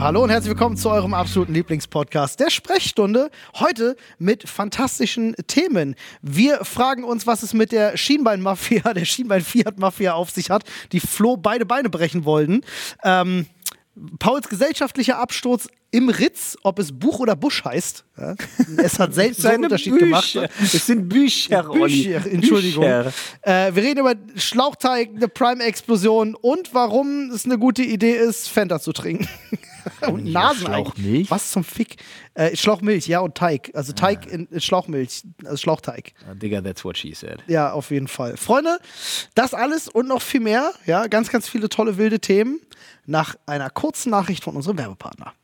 hallo und herzlich willkommen zu eurem absoluten Lieblingspodcast der Sprechstunde. Heute mit fantastischen Themen. Wir fragen uns, was es mit der Schienbeinmafia, der Schienbein-Fiat-Mafia auf sich hat, die Flo beide Beine brechen wollten. Ähm, Pauls gesellschaftlicher Absturz im Ritz, ob es Buch oder Busch heißt. Ja? Es hat selten so einen Unterschied gemacht. Es sind Bücher, Olli. Bücher, Entschuldigung. Bücher. Äh, wir reden über Schlauchteig, eine Prime-Explosion und warum es eine gute Idee ist, Fanta zu trinken. und Nasen Schlauchmilch? Was zum Fick? Äh, Schlauchmilch, ja, und Teig. Also Teig in, in Schlauchmilch, also Schlauchteig. Ah, Digga, that's what she said. Ja, auf jeden Fall. Freunde, das alles und noch viel mehr. Ja, ganz, ganz viele tolle, wilde Themen nach einer kurzen Nachricht von unserem Werbepartner.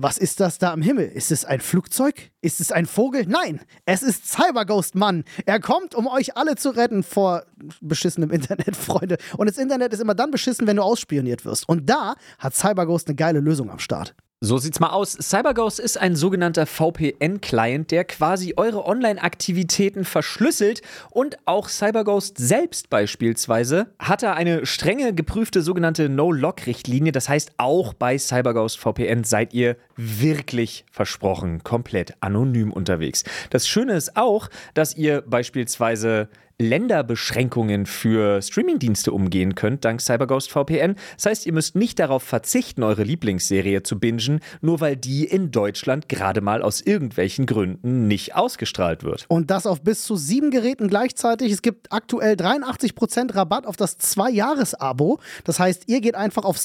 Was ist das da am Himmel? Ist es ein Flugzeug? Ist es ein Vogel? Nein, es ist Cyberghost Mann. Er kommt, um euch alle zu retten vor beschissenem Internet, Freunde. Und das Internet ist immer dann beschissen, wenn du ausspioniert wirst. Und da hat Cyberghost eine geile Lösung am Start. So sieht's mal aus. CyberGhost ist ein sogenannter VPN-Client, der quasi eure Online-Aktivitäten verschlüsselt und auch CyberGhost selbst beispielsweise hat da eine strenge geprüfte sogenannte No-Log-Richtlinie. Das heißt, auch bei CyberGhost VPN seid ihr wirklich versprochen, komplett anonym unterwegs. Das Schöne ist auch, dass ihr beispielsweise Länderbeschränkungen für Streamingdienste umgehen könnt dank CyberGhost VPN. Das heißt, ihr müsst nicht darauf verzichten, eure Lieblingsserie zu bingen, nur weil die in Deutschland gerade mal aus irgendwelchen Gründen nicht ausgestrahlt wird. Und das auf bis zu sieben Geräten gleichzeitig. Es gibt aktuell 83% Rabatt auf das Zwei-Jahres-Abo. Das heißt, ihr geht einfach auf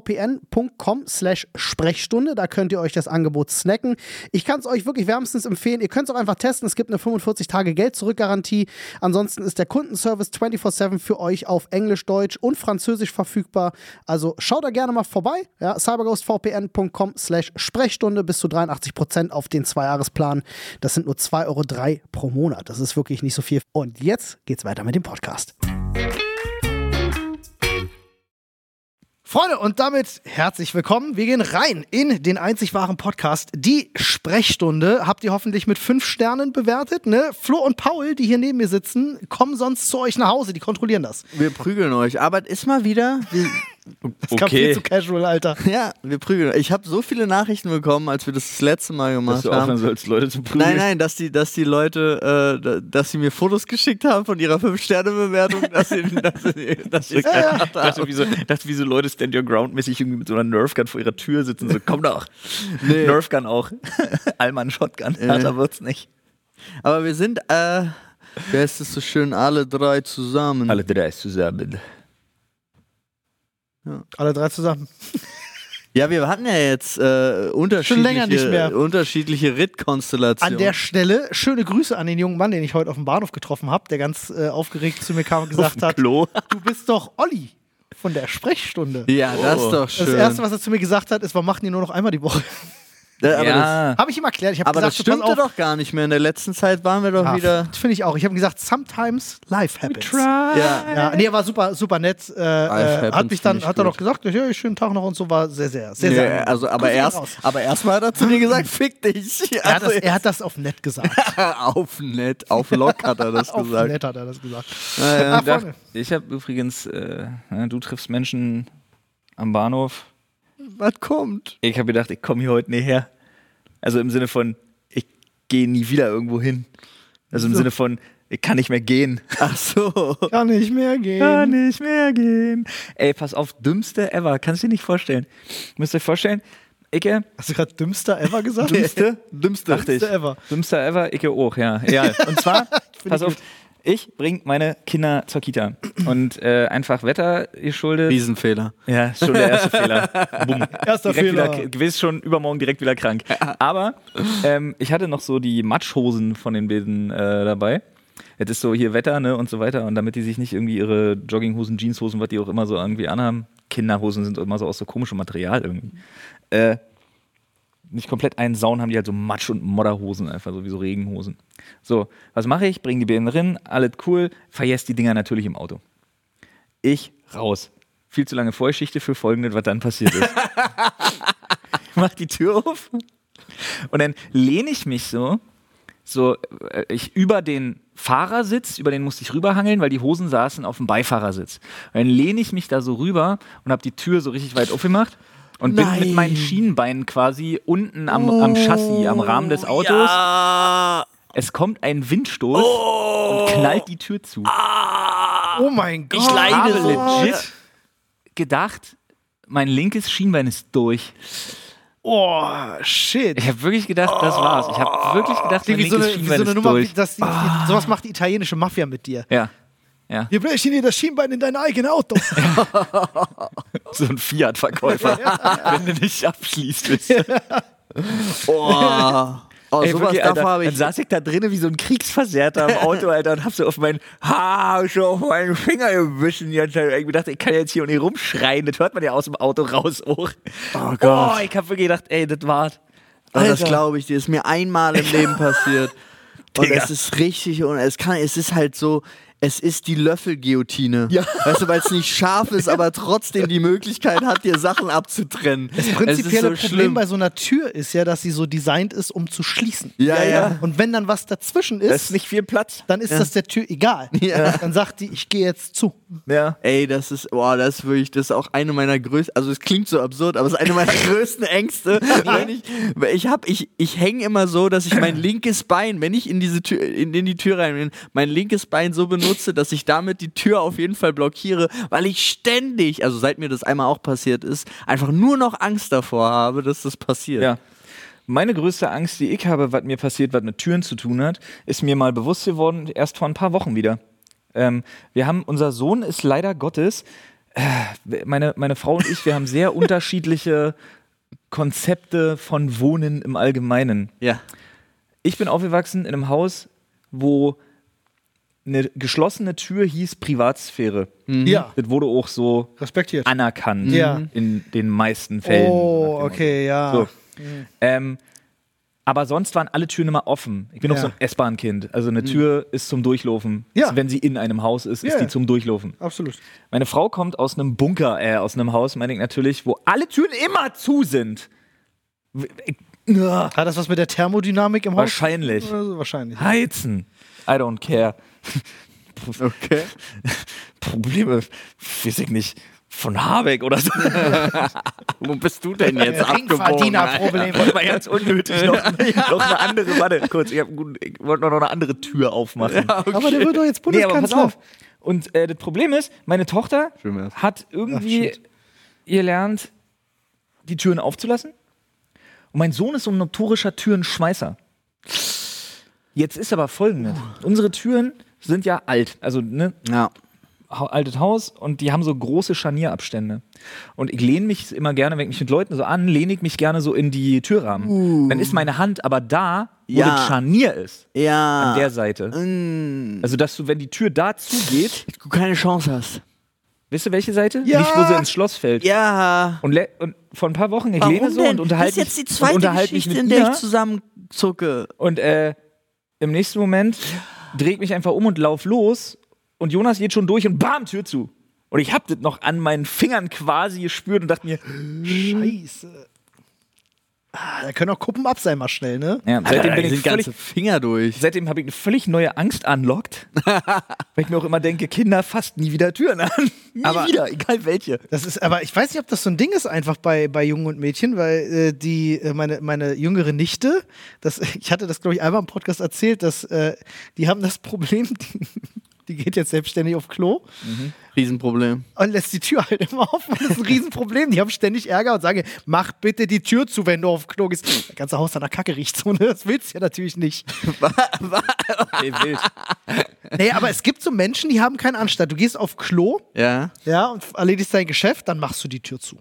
cyberghostvpn.com slash Sprechstunde. Da könnt ihr euch das Angebot snacken. Ich kann es euch wirklich wärmstens empfehlen. Ihr könnt es auch einfach testen. Es gibt eine 45-Tage-Geld-Zurück-Garantie. Ansonsten ist der Kundenservice 24-7 für euch auf Englisch, Deutsch und Französisch verfügbar. Also schaut da gerne mal vorbei. Ja, cyberghostvpn.com slash Sprechstunde bis zu 83% auf den Zweijahresplan. Das sind nur 2,03 Euro pro Monat. Das ist wirklich nicht so viel. Und jetzt geht's weiter mit dem Podcast. Freunde, und damit herzlich willkommen. Wir gehen rein in den einzig wahren Podcast, die Sprechstunde. Habt ihr hoffentlich mit fünf Sternen bewertet, ne? Flo und Paul, die hier neben mir sitzen, kommen sonst zu euch nach Hause. Die kontrollieren das. Wir prügeln euch, aber es ist mal wieder. Wir, Das kam viel zu casual, Alter. ja, wir prügeln. euch. Ich habe so viele Nachrichten bekommen, als wir das, das letzte Mal Dass gemacht du aufhören haben. sollst, Leute zu prügeln. Nein, nein, dass die, dass die Leute, äh, da- dass sie mir Fotos geschickt haben von ihrer 5-Sterne-Bewertung, dass sie, dass sie, dass sie gemacht Dass du haben. wie so, dass du wie so Leute Stand Your Ground-mäßig irgendwie mit so einer Nerfgun vor ihrer Tür sitzen, so komm doch. Nee. Nerfgun auch. Allmann Shotgun, härter wird's nicht. Aber wir sind, äh, wer ist das so schön, alle drei zusammen. Alle drei zusammen. Alle drei zusammen. Ja, wir hatten ja jetzt äh, unterschiedliche, länger nicht mehr. unterschiedliche Rittkonstellationen. An der Stelle schöne Grüße an den jungen Mann, den ich heute auf dem Bahnhof getroffen habe, der ganz äh, aufgeregt zu mir kam und gesagt hat: Klo. Du bist doch Olli von der Sprechstunde. ja, das Oh. ist doch schön. Das erste, was er zu mir gesagt hat, ist, wir machen die nur noch einmal die Woche. ja, aber das, ja. Habe ich ihm erklärt. Ich habe aber gesagt, das stimmte doch gar nicht mehr. In der letzten Zeit waren wir doch Ah. wieder. Das finde ich auch. Ich habe gesagt, sometimes life happens. Ah. Ja, Ja, nee, er war super, super nett. Äh, äh, hat happens mich dann, finde ich hat er gut. noch gesagt, ja, schönen Tag noch und so war sehr, sehr, sehr, Nee, sehr. angenehm. also, aber Grüße gehen erst, raus. aber erstmal hat er zu mir gesagt, fick dich. Er hat, das, Also, er hat das auf nett gesagt. auf nett, auf lock hat er das auf gesagt. nett hat er das gesagt. Naja. Ah, Freunde. Äh, Ich habe übrigens, äh, ne, du triffst Menschen am Bahnhof. Was kommt? Ich habe gedacht, ich komme hier heute nicht her. Also im Sinne von, ich gehe nie wieder irgendwo hin. Also im Sinne von, ich kann nicht mehr gehen. Ach so. Kann nicht mehr gehen. Kann nicht mehr gehen. Ey, pass auf, dümmste ever. Kannst du dir nicht vorstellen. Müsst ihr euch vorstellen, ich, äh, Hast du gerade dümmster ever gesagt? dümmste, dümmste, dachte ich. Dümmste ever. Dümmster ever, ich auch, ja. ja. Und zwar, pass auf, ich bringe meine Kinder zur Kita. Und äh, einfach Wetter geschuldet. Riesenfehler. Ja, ist schon der erste Fehler. Bumm. Erster direkt Fehler. Wieder, gewiss schon übermorgen direkt wieder krank. Aber ähm, ich hatte noch so die Matschhosen von den Bilden äh, dabei. Es ist so hier Wetter ne, und so weiter. Und damit die sich nicht irgendwie ihre Jogginghosen, Jeanshosen, was die auch immer so irgendwie anhaben. Kinderhosen sind immer so aus so komischem Material irgendwie. Äh, nicht komplett einen Saun haben die halt so Matsch- und Modderhosen, einfach so wie so Regenhosen. So, was mache ich? Bring die Bilden drin, alles cool. Vergesst die Dinger natürlich im Auto. Ich raus. Viel zu lange Vorgeschichte für folgendes, was dann passiert ist. Mach die Tür auf und dann lehne ich mich so so äh, ich über den Fahrersitz, über den musste ich rüberhangeln, weil die Hosen saßen auf dem Beifahrersitz. Und dann lehne ich mich da so rüber und habe die Tür so richtig weit aufgemacht und bin mit meinen Schienbeinen quasi unten am, am Chassis, am Rahmen des Autos. Ah, Es kommt ein Windstoß und knallt die Tür zu. Oh mein Gott. ich leide habe so. legit gedacht, mein linkes Schienbein ist durch. Oh, shit. Ich habe wirklich gedacht, das war's. Ich habe wirklich gedacht, mein Wie linkes so eine, wie Schienbein so eine ist Nummer, wie, durch. das, die, die, sowas macht die italienische Mafia mit dir. Ja. Ja, Wir brechen dir das Schienbein in dein eigenes Auto. so ein Fiat-Verkäufer, wenn du nicht abschließt. Bist. Oh. Oh, Ey, sowas wirklich, davon Alter, habe dann ich. saß ich da drinnen wie so ein Kriegsversehrter im Auto, Alter, und hab so auf meinen, ha, schon auf meinen Finger gewissen. Ich hab gedacht, ich kann jetzt hier und hier rumschreien, das hört man ja aus dem Auto raus auch. Oh Gott. Oh, ich hab wirklich gedacht, ey, das war's. Oh, das Alter. glaube ich, dir ist mir einmal im Leben passiert. Und Digga. es ist richtig und es kann, es ist halt so, es ist die Löffelguillotine. Ja. Weißt du, weil es nicht scharf ist, aber trotzdem die Möglichkeit hat, dir Sachen abzutrennen. Das Prinzipielle es ist so Problem schlimm. bei so einer Tür ist ja, dass sie so designt ist, um zu schließen. Ja, ja. Und wenn dann was dazwischen ist, Da ist nicht viel Platz. dann ist das der Tür egal. Ja. Dann sagt die, ich gehe jetzt zu. Ja. Ey, das ist, boah, das ist wirklich, das ist auch eine meiner größten, also es klingt so absurd, aber es ist eine meiner größten Ängste. wenn ich, weil ich hab, ich, ich hänge immer so, dass ich mein linkes Bein, wenn ich in diese Tür, in, in die Tür rein bin, mein linkes Bein so benutze, dass ich damit die Tür auf jeden Fall blockiere, weil ich ständig, also seit mir das einmal auch passiert ist, einfach nur noch Angst davor habe, dass das passiert. Ja. Meine größte Angst, die ich habe, was mir passiert, was mit Türen zu tun hat, ist mir mal bewusst geworden, erst vor ein paar Wochen wieder. Ähm, wir haben, unser Sohn ist leider Gottes, äh, meine, meine Frau und ich, wir haben sehr unterschiedliche Konzepte von Wohnen im Allgemeinen. Ja. Ich bin aufgewachsen in einem Haus, wo eine geschlossene Tür hieß Privatsphäre. Ja. Das wurde auch so Respektiert. anerkannt Hm. Ja. in den meisten Fällen. so nach oh, dem okay, ja. so. Ähm, aber sonst waren alle Türen immer offen. Ich bin Ja. Hm. auch so ein S-Bahn-Kind. Also eine Tür ist zum Durchlaufen. Ja. Ist, Wenn sie in einem Haus ist, Ja. ist die zum Durchlaufen. Absolut. Meine Frau kommt aus einem Bunker, äh, aus einem Haus, meine ich natürlich, wo alle Türen immer zu sind. W- äh, ich- Ugh. Hat das was mit der Thermodynamik im Haus? Wahrscheinlich. Oder so? Wahrscheinlich. Heizen. I don't care. Okay. Probleme, weiß ich nicht, von Habeck oder so. Wo bist du denn jetzt Ringverdienerproblem. Mal ganz unnötig. Noch, noch eine andere, warte, kurz, ich, hab einen guten- ich wollte noch eine andere Tür aufmachen. Aber der wird doch jetzt Nee, aber pass Bundeskanzler. auf. Und äh, das Problem ist, meine Tochter Schön wär's. hat irgendwie gelernt, die Türen aufzulassen. Und mein Sohn ist so ein notorischer Türenschmeißer. Jetzt ist aber folgendes: Unsere Türen sind ja alt, also ne, Ja. ha- altes Haus und die haben so große Scharnierabstände. Und ich lehne mich immer gerne, wenn ich mich mit Leuten so an, lehne ich mich gerne so in die Türrahmen. Dann ist meine Hand aber da, wo Uh. Ja. Ah. das Scharnier ist, Ja. Mm. an der Seite. Also, dass du, wenn die Tür da zugeht, du keine Chance hast. Wisst ihr, welche Seite? Ja. Nicht, wo sie ins Schloss fällt. Ja. Und, le- und vor ein paar Wochen, ich Warum lehne so denn? und unterhalte das ist jetzt mich- die und zweite unterhalte mich Geschichte, mit in der ihr. ich zusammenzucke. Und äh, im nächsten Moment drehe ich mich einfach um und lauf los. Und Jonas geht schon durch und bam, Tür zu. Und ich hab das noch an meinen Fingern quasi gespürt und dachte mir, Scheiße. Ah, da können auch Kuppen ab sein, mal schnell, ne? ja, seitdem, bin ich völlig, Finger durch. seitdem habe ich eine völlig neue Angst anlockt. weil ich mir auch immer denke, Kinder fasst nie wieder Türen an. nie Aber- wieder, egal welche. Das ist, aber ich weiß nicht, ob das so ein Ding ist einfach bei, bei Jungen und Mädchen, weil äh, die, äh, meine, meine jüngere Nichte, das, ich hatte das, glaube ich, einmal im Podcast erzählt, dass äh, die haben das Problem, die, die geht jetzt selbstständig auf Klo Riesenproblem. und lässt die Tür halt immer offen. Das ist ein Riesenproblem. Die haben ständig Ärger und sagen, mach bitte die Tür zu, wenn du auf Klo gehst. Das ganze Haus an der Kacke riecht so, ne? Das willst du ja natürlich nicht. Ey, wild. Nee, aber es gibt so Menschen, die haben keinen Anstand. Du gehst auf Klo Ja. ja, und erledigst dein Geschäft, dann machst du die Tür zu.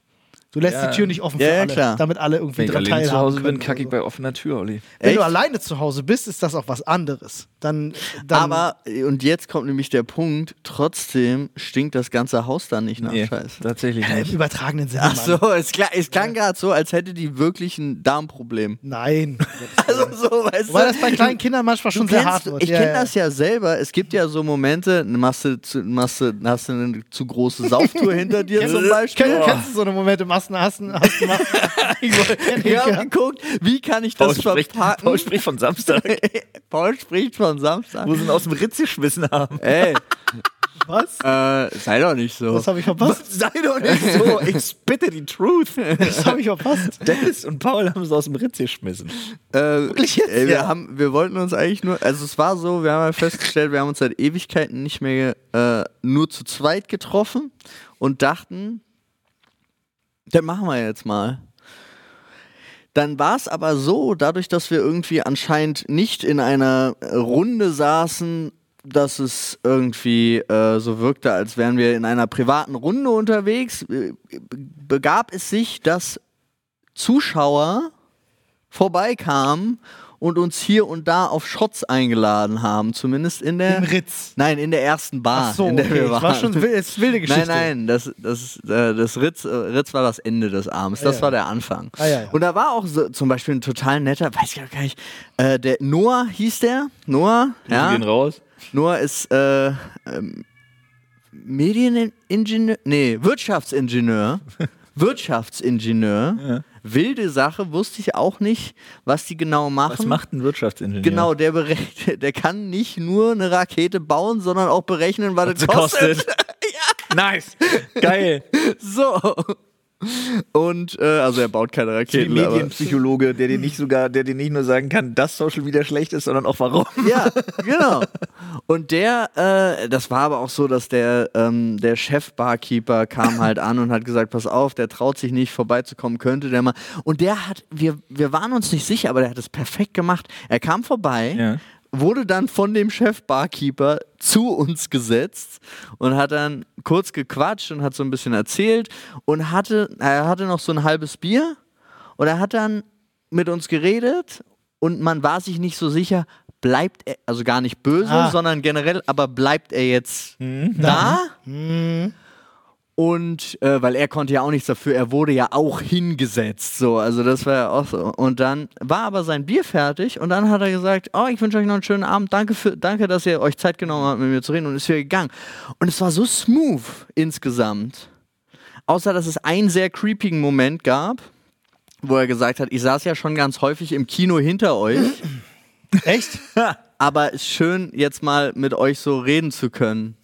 Du lässt Ja. die Tür nicht offen für Ja, ja, alle, klar. damit alle irgendwie Wenn ich dran alleine teilhaben zu Hause können. bin, kacke ich oder bei offener Tür, Olli. so. Wenn Echt? du alleine zu Hause bist, ist das auch was anderes. Dann, dann Aber, äh, und jetzt kommt nämlich der Punkt, trotzdem stinkt das ganze Haus dann nicht nach Scheiß. tatsächlich im übertragenen Sinne. Ach Mann. so, es, kla es klang gerade so, als hätte die wirklich ein Darmproblem. Nein. Also so, weißt Weil das bei kleinen Kindern manchmal schon sehr hart wird. Ich Ja, kenne ja. das ja selber. Es gibt ja so Momente, machst du, zu, machst du, hast du eine zu große Sauftour hinter dir zum Beispiel. Oh. Kenn, kennst du so eine Momente, machst hast du, hast du, hast du, hast du. Ich habe geguckt, wie kann ich das verpacken? Paul spricht von Samstag. Paul spricht von Samstag. Wo sie ihn aus dem Ritz geschmissen haben. Ey, Was? äh, sei doch nicht so. Das habe ich verpasst. Sei doch nicht so, ich spitte die Truth. Das habe ich verpasst. Dennis und Paul haben es aus dem Ritz geschmissen. Äh, jetzt? äh, wir, Ja. haben, wir wollten uns eigentlich nur, also es war so, wir haben halt festgestellt, wir haben uns seit Ewigkeiten nicht mehr äh, nur zu zweit getroffen und dachten, dann machen wir jetzt mal. Dann war es aber so, dadurch, dass wir irgendwie anscheinend nicht in einer Runde saßen, dass es irgendwie äh, so wirkte, als wären wir in einer privaten Runde unterwegs, äh, begab es sich, dass Zuschauer vorbeikamen und uns hier und da auf Shots eingeladen haben, zumindest in der Im Ritz. Nein, in der ersten Bar, Ach so, Ah, in der okay. wir Das waren. war schon wild- das ist wilde Geschichte. Nein, nein, das, das, äh, das Ritz, äh, Ritz war das Ende des Abends, das Ja. war der Anfang. Ah, ja, ja. Und da war auch so, zum Beispiel ein total netter, weiß ich auch gar nicht, äh, der Noah hieß der, Noah, Ja. ja, gehen raus. Noah ist äh, ähm, Medieningenieur, nee, Wirtschaftsingenieur. Wirtschaftsingenieur. Wilde Sache, wusste ich auch nicht, was die genau machen. Was macht ein Wirtschaftsingenieur? Genau, der berechnet, der kann nicht nur eine Rakete bauen, sondern auch berechnen, was Was es kostet. kostet. Nice. Geil. So. Und äh, also er baut keine Der Raketen. aber- Medienpsychologe, der dir nicht sogar, der dir nicht nur sagen kann, dass Social Media schlecht ist, sondern auch warum. Ja, genau. Und der, äh, das war aber auch so, dass der, ähm, der Chef-Barkeeper kam halt an und hat gesagt, pass auf, der traut sich nicht, vorbeizukommen, könnte der mal. Und der hat, wir, wir waren uns nicht sicher, aber der hat es perfekt gemacht. Er kam vorbei, Ja. wurde dann von dem Chef-Barkeeper zu uns gesetzt und hat dann kurz gequatscht und hat so ein bisschen erzählt und hatte, er hatte noch so ein halbes Bier und er hat dann mit uns geredet und man war sich nicht so sicher, bleibt er, also gar nicht böse, Ah. sondern generell, aber bleibt er jetzt da? Und äh, weil er konnte ja auch nichts dafür, er wurde ja auch hingesetzt. So, also das war ja auch so. Und dann war aber sein Bier fertig und dann hat er gesagt, oh, ich wünsche euch noch einen schönen Abend, danke, für, danke, dass ihr euch Zeit genommen habt, mit mir zu reden und ist wieder gegangen. Und es war so smooth insgesamt. Außer dass es einen sehr creepigen Moment gab, wo er gesagt hat, ich saß ja schon ganz häufig im Kino hinter euch, Echt? aber es ist schön, jetzt mal mit euch so reden zu können.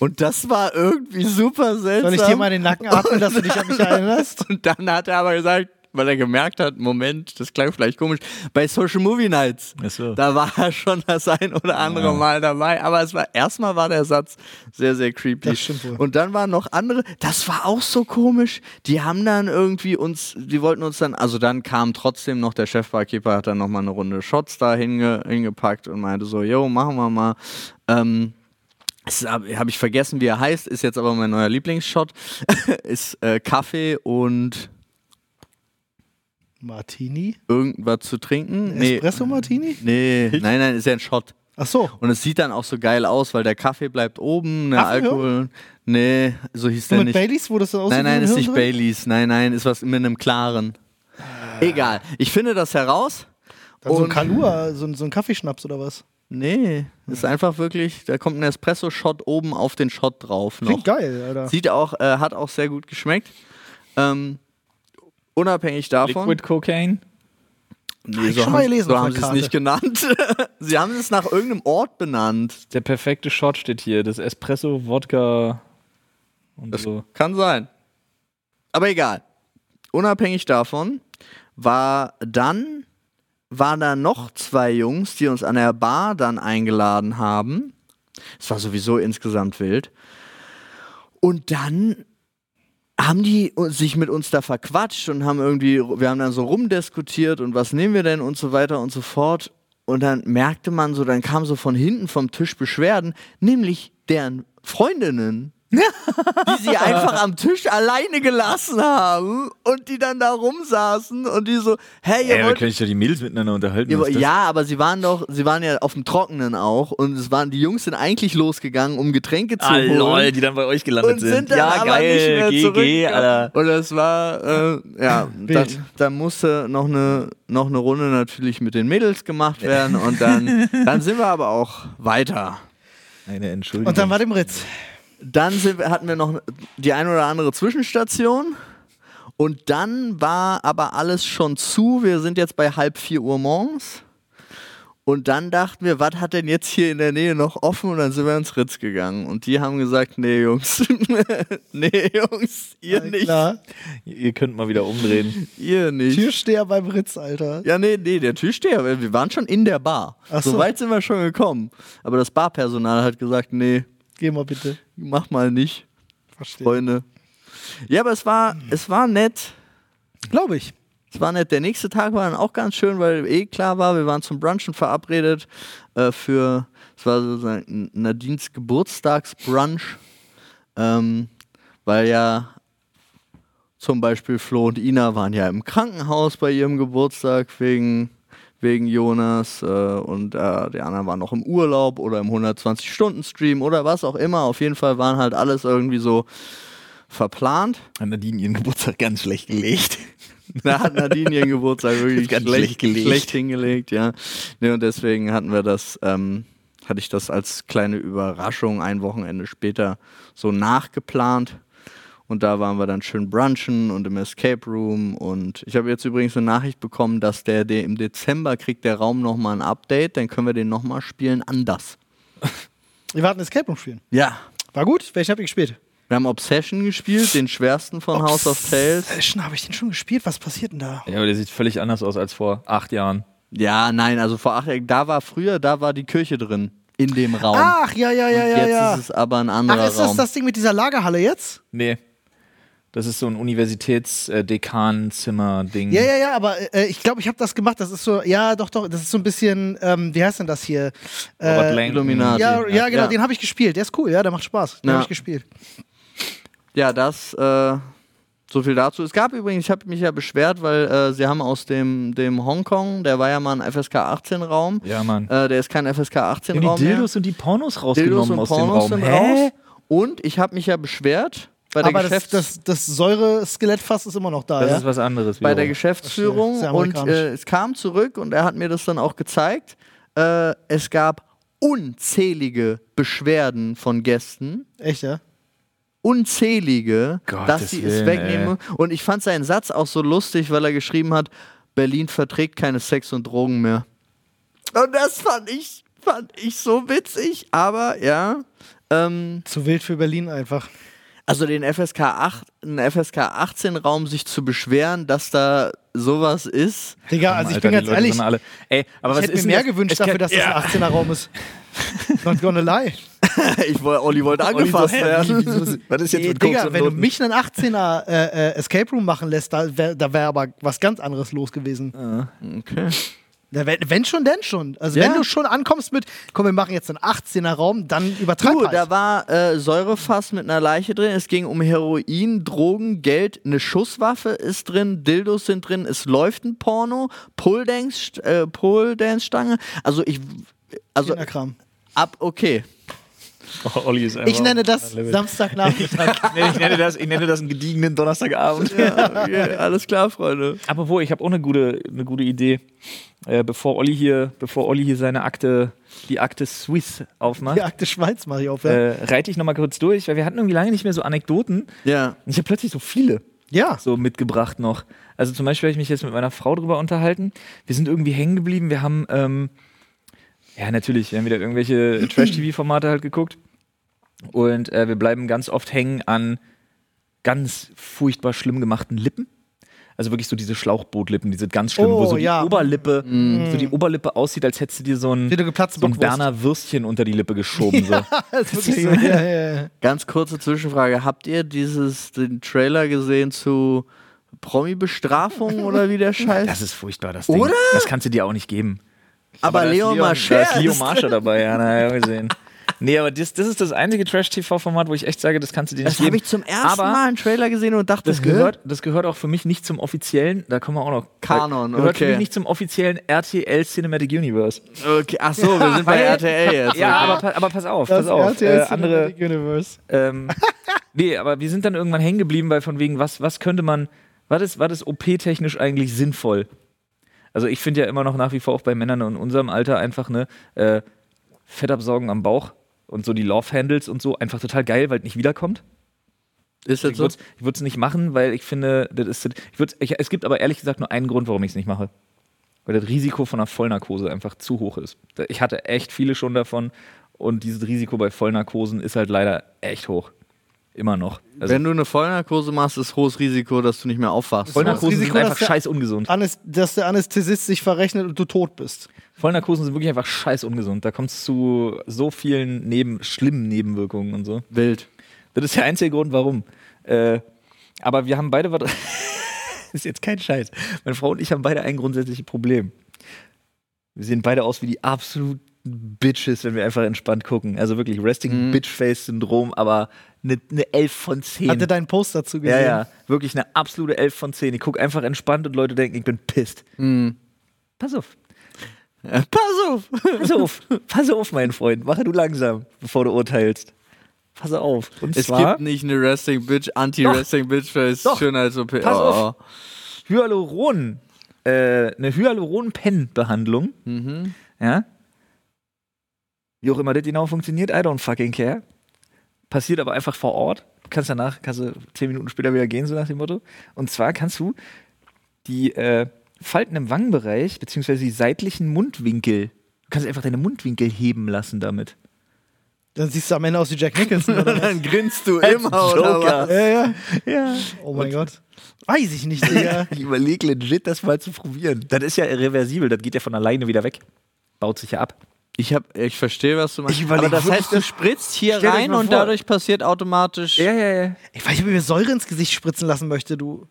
Und das war irgendwie super seltsam. Soll ich dir mal den Nacken atmen, dass du dich an mich erinnerst? Und dann hat er aber gesagt, weil er gemerkt hat, Moment, das klang vielleicht komisch, bei Social Movie Nights, Ach so. da war er schon das ein oder andere Mal dabei. Aber es war erstmal war der Satz sehr, sehr creepy. Das stimmt wohl. Und dann waren noch andere, das war auch so komisch. Die haben dann irgendwie uns, die wollten uns dann, also dann kam trotzdem noch der Chefbarkeeper, hat dann nochmal eine Runde Shots da hinge, hingepackt und meinte so, yo, machen wir mal. Ähm, habe hab ich vergessen, wie er heißt, ist jetzt aber mein neuer Lieblingsshot. ist äh, Kaffee und Martini? irgendwas zu trinken. Nee, Espresso Martini? nee, nein, nein, ist ja ein Shot. Ach so. Und es sieht dann auch so geil aus, weil der Kaffee bleibt oben, der Affenhirn? Alkohol. Nee, so hieß So der mit nicht. Baileys, wo das dann aussieht? nein, nein, wie ist ein nicht Hirn drin? Baileys. Nein, nein, ist was mit einem klaren. Äh. Egal. Ich finde das heraus. Dann so ein Und- Kalua, so ein, so ein Kaffeeschnaps oder was? Nee, Hm. ist einfach wirklich, da kommt ein Espresso-Shot oben auf den Shot drauf noch. Klingt geil, Alter. Sieht auch, äh, hat auch sehr gut geschmeckt. Ähm, unabhängig davon. Liquid Cocaine. Nee, ich schon mal haben- gelesen so auf haben der sie es Karte. nicht genannt. sie haben es nach irgendeinem Ort benannt. Der perfekte Shot steht hier. Das Espresso, Wodka und Das so. kann sein. Aber egal. Unabhängig davon war dann waren da noch zwei Jungs, die uns an der Bar dann eingeladen haben. Es war sowieso insgesamt wild. Und dann haben die sich mit uns da verquatscht und haben irgendwie, wir haben dann so rumdiskutiert und was nehmen wir denn und so weiter und so fort. Und dann merkte man so, dann kam so von hinten vom Tisch Beschwerden, nämlich deren Freundinnen, die sie einfach am Tisch alleine gelassen haben und die dann da rumsaßen und die so, hey, ihr Ey, da wollt können sich ja die Mädels miteinander unterhalten. ja, was aber- ist das? ja, aber sie waren doch, sie waren ja auf dem Trockenen auch und es waren die Jungs sind eigentlich losgegangen, um Getränke zu Ah, holen. lol, die dann bei euch gelandet und sind dann ja, aber geil, nicht mehr GG, zurück. Alter. Und das war, äh, ja, da, Wild. da musste noch eine, noch eine Runde natürlich mit den Mädels gemacht werden und dann, dann sind wir aber auch weiter. Eine Entschuldigung. Und dann war dem Ritz. Dann sind, wir- hatten wir noch die ein oder andere Zwischenstation Und dann war aber alles schon zu. Wir sind jetzt bei halb vier Uhr morgens. Und dann dachten wir, was hat denn jetzt hier in der Nähe noch offen? Und dann sind wir ins Ritz gegangen. Und die haben gesagt, nee, Jungs. nee, Jungs, ihr nicht. Klar. Ihr könnt mal wieder umdrehen. Ihr nicht. Türsteher beim Ritz, Alter. Ja, nee, nee, der Türsteher, weil wir waren schon in der Bar. Ach so. so. weit sind wir schon gekommen. Aber das Barpersonal hat gesagt, nee, Geh mal bitte. mach mal nicht, Verstehe. Freunde. Ja, aber es war, es war nett. Glaube ich. Es war nett. Der nächste Tag war dann auch ganz schön, weil eh klar war, wir waren zum Brunchen verabredet äh, für, es war sozusagen Nadines Geburtstagsbrunch, ähm, weil ja zum Beispiel Flo und Ina waren ja im Krankenhaus bei ihrem Geburtstag wegen, wegen Jonas äh, und äh, die anderen waren noch im Urlaub oder im 120-Stunden-Stream oder was auch immer. Auf jeden Fall waren halt alles irgendwie so verplant. Hat Nadine ihren Geburtstag ganz schlecht gelegt. Da hat Nadine ihren Geburtstag wirklich Ganz schlecht, schlecht gelegt. schlecht hingelegt, ja. Nee, und deswegen hatten wir das, ähm, hatte ich das als kleine Überraschung ein Wochenende später so nachgeplant. Und da waren wir dann schön brunchen und im Escape Room. Und ich habe jetzt übrigens eine Nachricht bekommen, dass der, der im Dezember kriegt der Raum nochmal ein Update, dann können wir den nochmal spielen anders. Wir hatten Escape Room spielen. Ja. War gut. Welchen habt ihr gespielt? Wir haben Obsession gespielt, den schwersten von House of Tales. Schon habe ich den schon gespielt. Was passiert denn da? Ja, aber der sieht völlig anders aus als vor acht Jahren. Ja, nein, also vor acht Jahren, da war früher, da war die Kirche drin, in dem Raum. Ach, ja, ja, ja, ja, Jetzt ja. ist es aber ein anderer Ach, ist das Raum. das Ding mit dieser Lagerhalle jetzt? Nee. Das ist so ein Universitätsdekan-Zimmer-Ding. Ja, ja, ja, aber äh, ich glaube, ich habe das gemacht. Das ist so, ja, doch, doch, das ist so ein bisschen, ähm, wie heißt denn das hier? Robert Äh, Langdon. Illuminati. ja, ja, genau, Ah, Ja. den habe ich gespielt. Der ist cool, ja, der macht Spaß. Den Ja. habe ich gespielt. ja, das, äh, so viel dazu. Es gab übrigens, ich habe mich ja beschwert, weil äh, sie haben aus dem, dem Hongkong, der war ja mal ein FSK 18 Raum. Ja, Mann. Äh, der ist kein FSK 18 Die Raum. Dildos und die Pornos mehr. rausgenommen aus dem Raum. sind raus. Und ich habe mich ja beschwert bei der Aber das, Geschäfts das, das Säure-Skelettfass ist immer noch da, Das ja? ist was anderes. bei der wiederum. Geschäftsführung Sehr und amerikanisch. äh, es kam zurück und er hat mir das dann auch gezeigt. Äh, es gab unzählige Beschwerden von Gästen. Echt, ja? unzählige, Gottes dass sie es Willen, wegnehmen. ey. Und ich fand seinen Satz auch so lustig, weil er geschrieben hat, Berlin verträgt keine Sex und Drogen mehr. Und das fand ich, fand ich so witzig, aber ja. Ähm, Zu wild für Berlin einfach. also den FSK 8, einen FSK 18 Raum sich zu beschweren, dass da sowas ist. Digga, also ich bin ganz die Leute ehrlich, sind Alle, ey, aber ich was hätte ist mir mehr denn das? gewünscht Es dafür, kann- dass das ein 18er Raum ist. Not gonna lie. Ich wollte, Olli wollte angefasst werden. Was ist jetzt Ey, mit Koks Digga, und wenn du Noten? mich einen 18er äh, äh, Escape Room machen lässt, da wäre da wär aber was ganz anderes los gewesen. Okay. Na, wenn, wenn schon, denn schon. Also Ja. wenn du schon ankommst mit, komm, wir machen jetzt einen 18er Raum, dann übertreib Du, halt. da war äh, Säurefass mit einer Leiche drin. Es ging um Heroin, Drogen, Geld. Eine Schusswaffe ist drin, Dildos sind drin. Es läuft ein Porno, Pulldance, äh, Pulldance-Stange. Also ich, also Kinderkram. ab okay. Oh, Olli ist Ich einfach- nenne das Level. Samstagnachmittag. Nee, ich, nenne das, ich nenne das einen gediegenen Donnerstagabend. Ja, okay. Alles klar, Freunde. Apropos, ich habe auch eine gute, eine gute Idee. Äh, bevor, Olli hier, bevor Olli hier seine Akte, die Akte Swiss aufmacht, Die Akte Schweiz mache ich auf. Ja. äh, reite ich nochmal kurz durch, weil wir hatten irgendwie lange nicht mehr so Anekdoten. Ja. Und ich habe plötzlich so viele ja. so mitgebracht noch. Also zum Beispiel habe ich mich jetzt mit meiner Frau drüber unterhalten. Wir sind irgendwie hängen geblieben. Wir haben, ähm, ja natürlich, wir haben wieder irgendwelche Trash-TV-Formate halt geguckt. Und äh, wir bleiben ganz oft hängen an ganz furchtbar schlimm gemachten Lippen. Also wirklich so diese Schlauchbootlippen, diese ganz schlimmen, Oh, wo so die ja. Mhm. Oberlippe, so die Oberlippe aussieht, als hättest du dir so ein, Wie du geplatzte so ein Bockwurst. Berner Würstchen unter die Lippe geschoben. So. Das ist wirklich so. ja, ja, ja. Ganz kurze Zwischenfrage. Habt ihr dieses, den Trailer gesehen zu Promi-Bestrafung oder wie der Scheiß? Das ist furchtbar, das Ding. Oder? Das kannst du dir auch nicht geben. da aber ist Leo Mascher. Da ist Leo Marscher dabei, ja, naja, gesehen. Nee, aber das, das ist das einzige Trash-TV-Format, wo ich echt sage, das kannst du dir nicht Das habe geben. ich zum ersten aber Mal einen Trailer gesehen und dachte, Das hä? gehört, das gehört auch für mich nicht zum offiziellen, da kommen wir auch noch. Kanon, gehört für okay. mich nicht zum offiziellen RTL Cinematic Universe. Okay. Ach so, wir sind bei RTL jetzt. Ja, aber, pa- aber pass auf, pass Das auf. RTL Äh, andere, Cinematic Universe. ähm, nee, aber wir sind dann irgendwann hängen geblieben, weil von wegen, was, was könnte man, was ist, was ist OP-technisch eigentlich sinnvoll? Also ich finde ja immer noch nach wie vor auch bei Männern in unserem Alter einfach ne äh, Fettabsaugen am Bauch und so die Love Handles und so einfach total geil, weil es nicht wiederkommt. Ist das Ich so? würde es nicht machen, weil ich finde, das ist, ich würd's, ich, es gibt aber ehrlich gesagt nur einen Grund, warum ich es nicht mache. Weil das Risiko von einer Vollnarkose einfach zu hoch ist. Da- Ich hatte echt viele schon davon und dieses Risiko bei Vollnarkosen ist halt leider echt hoch. Immer noch. Also Wenn du eine Vollnarkose machst, ist hohes Risiko, dass du nicht mehr aufwachst. Das Vollnarkosen Risiko, sind einfach dass der- scheiß ungesund. Anäs- dass der Anästhesist sich verrechnet und du tot bist. Vollnarkosen sind wirklich einfach scheiß ungesund. Da kommt es zu so vielen neben, schlimmen Nebenwirkungen und so. Wild. Das ist der einzige Grund, warum. Äh, aber wir haben beide was. ist jetzt kein Scheiß. Meine Frau und ich haben beide ein grundsätzliches Problem. Wir sehen beide aus wie die absoluten Bitches, wenn wir einfach entspannt gucken. Also wirklich Resting Bitch Face Syndrom, aber eine ne 11 von 10. Hatte deinen Post dazu gesehen? ja, ja, wirklich eine absolute 11 von 10. Ich gucke einfach entspannt und Leute denken, ich bin pissed. Pass auf, Äh, pass auf! pass auf, pass auf, mein Freund. Mache du langsam, bevor du urteilst. Pass auf. Und Es zwar gibt nicht eine Resting Bitch, Anti-Resting Bitch Face, Doch. Schönheits-OP. Pass Oh, auf. oh. Hyaluron, äh, eine Hyaluron-Pen-Behandlung, Mhm. ja. Wie auch immer das genau funktioniert, I don't fucking care. Passiert aber einfach vor Ort. Du kannst danach, kannst du zehn Minuten später wieder gehen, so nach dem Motto. Und zwar kannst du die äh, Falten im Wangenbereich, beziehungsweise die seitlichen Mundwinkel, du kannst einfach deine Mundwinkel heben lassen damit. Dann siehst du am Ende aus wie Jack Nicholson. Oder? was? Dann grinst du Als immer, oder Joker. was? ja, ja. Ja. Oh mein Gott. Weiß ich nicht, Digga. Ich überlege legit, das mal zu probieren. Das ist ja irreversibel, das geht ja von alleine wieder weg. Baut sich ja ab. Ich, hab, ich verstehe, was du meinst. Ich überleg Aber das wirklich- heißt, du spritzt hier Stell dir das rein mal und vor. dadurch passiert automatisch. ja, ja. Ich weiß nicht, ob ich mir Säure ins Gesicht spritzen lassen möchte, du.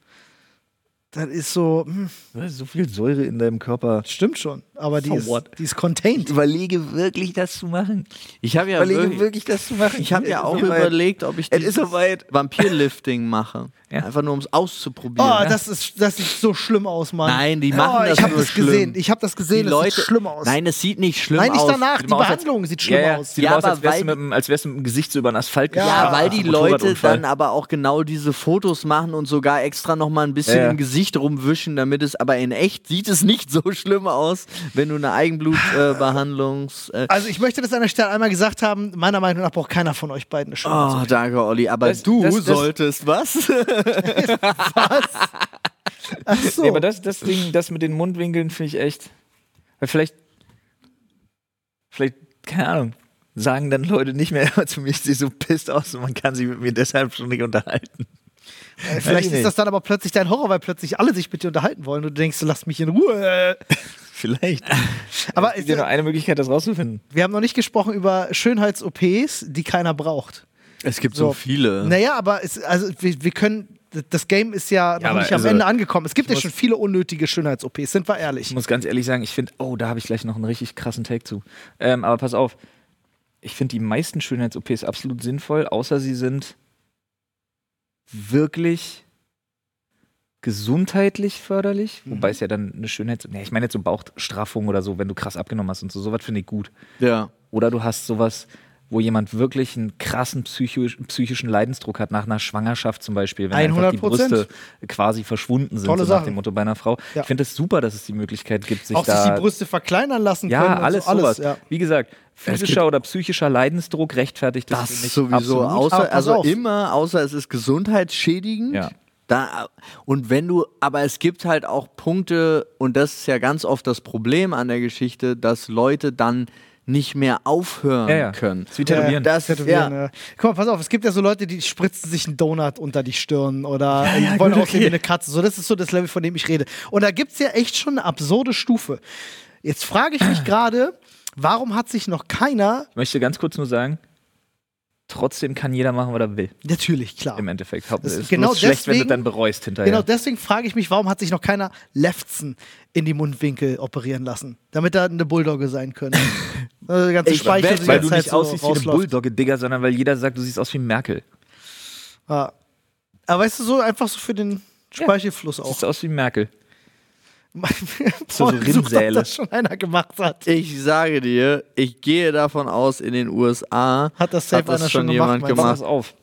Das ist so, hm, Was, So viel Säure in deinem Körper. stimmt schon. Aber die, So ist, what? die ist contained. überlege wirklich, das zu machen. Ich habe ja wirklich, das zu machen. ich hab ja auch überlegt, ob ich Es ist dieses soweit. Vampirlifting mache. Ja. Einfach nur, um es Oh, auszuprobieren. das, ist, das sieht so schlimm aus, Mann. Nein, die machen oh, das ich hab nur das schlimm. gesehen. Ich habe das gesehen. die das Leute, sieht schlimm aus. Nein, es sieht nicht schlimm Nein, nicht aus. danach. Die Sieht mal aus, als- Behandlung sieht schlimm Ja, ja. aus. Sieht Ja, ja, aus, aber als wärst, weil du mit, dem- als wärst du mit dem Gesicht so über den Asphalt Ja, Ja, Ah, weil Ach, die ein Leute Motorradunfall. dann aber auch genau diese Fotos machen und sogar extra noch mal ein bisschen Ja, ja. im Gesicht rumwischen, damit es aber in echt sieht es nicht so schlimm aus, wenn du eine Eigenblutbehandlung. Äh, Behandlungs- äh, Also ich möchte das an der Stelle einmal gesagt haben, meiner Meinung nach braucht keiner von euch beiden eine Schuld. oh, danke, Olli. Aber Also Das- du das- das- solltest was? Ach so. Nee, aber das, das Ding, das mit den Mundwinkeln finde ich echt. Weil vielleicht, vielleicht, keine Ahnung, sagen dann Leute nicht mehr immer zu mir, ich sehe so pisst aus und man kann sich mit mir deshalb schon nicht unterhalten. Äh, weiß ich Vielleicht ist nicht. das dann aber plötzlich dein Horror, weil plötzlich alle sich mit dir unterhalten wollen und du denkst, lass mich in Ruhe. Vielleicht. Aber Es ist, gibt ja genau. nur eine Möglichkeit, das rauszufinden. wir haben noch nicht gesprochen über Schönheits-OPs, die keiner braucht. Es gibt so So. Ne. Naja, aber es, also wir, wir können. Das Game ist ja, Ja, noch aber nicht am also, Ende angekommen. Es gibt ja muss- schon viele unnötige Schönheits-OPs, sind wir Ich ehrlich. muss ganz ehrlich sagen, ich finde, oh, da habe ich gleich noch einen richtig krassen Take zu. Ähm, aber pass auf, ich finde die meisten Schönheits-OPs absolut sinnvoll, außer sie sind wirklich gesundheitlich förderlich, wobei es ja dann eine Schönheits-, nee, ich meine jetzt so Bauchstraffung oder so, wenn du krass abgenommen hast und so, sowas finde ich gut. Ja. Oder du hast sowas, wo jemand wirklich einen krassen psychisch, psychischen Leidensdruck hat, nach einer Schwangerschaft zum Beispiel, wenn einfach die 100%. Brüste quasi verschwunden sind, Tolle so nach Sache. dem Motto bei einer Frau. Ja. Ich finde es das super, dass es die Möglichkeit gibt, sich Auch sich da die Brüste verkleinern lassen können. ja, und alles, so, alles sowas. ja. Wie gesagt, physischer oder psychischer Leidensdruck rechtfertigt das, Das nicht sowieso, absolut. Aber außer, pass also auf. immer, außer es ist gesundheitsschädigend. Ja. Da, und wenn du, aber es gibt halt auch Punkte, und das ist ja ganz oft das Problem an der Geschichte, dass Leute dann nicht mehr aufhören ja, ja. können. Das ist wie tätowieren. das- Tätowieren, ja. ja. Guck mal, pass auf, es gibt ja so Leute, die spritzen sich einen Donut unter die Stirn oder äh, ja, wollen gut, aussehen wie okay. eine Katze. So, das ist so das Level, von dem ich rede. Und da gibt es ja echt schon eine absurde Stufe. Jetzt frage ich mich gerade, warum hat sich noch keiner. ich möchte ganz kurz nur sagen, trotzdem kann jeder machen, was er will, Natürlich, klar. im Endeffekt. Haupt- Das- Es ist genau bloß schlecht, wenn du deswegen- dann bereust hinterher. Genau, deswegen frage ich mich, warum hat sich noch keiner Lefzen in die Mundwinkel operieren lassen, damit da eine Bulldogge sein können. also der ganze Ich Speichel wette, die weil ganze du Zeit nicht so aussiehst wie eine rausläuft. Bulldogge, Digga, sondern weil jeder sagt, du siehst aus wie Merkel. Ja. Aber weißt du, so einfach so für den Speichelfluss Du auch. siehst aus wie Merkel. so so Rinnsäle. das schon einer gemacht hat. Ich sage dir, ich gehe davon aus, in den USA Hat das safe einer schon gemacht, meinst du? Pass pass auf,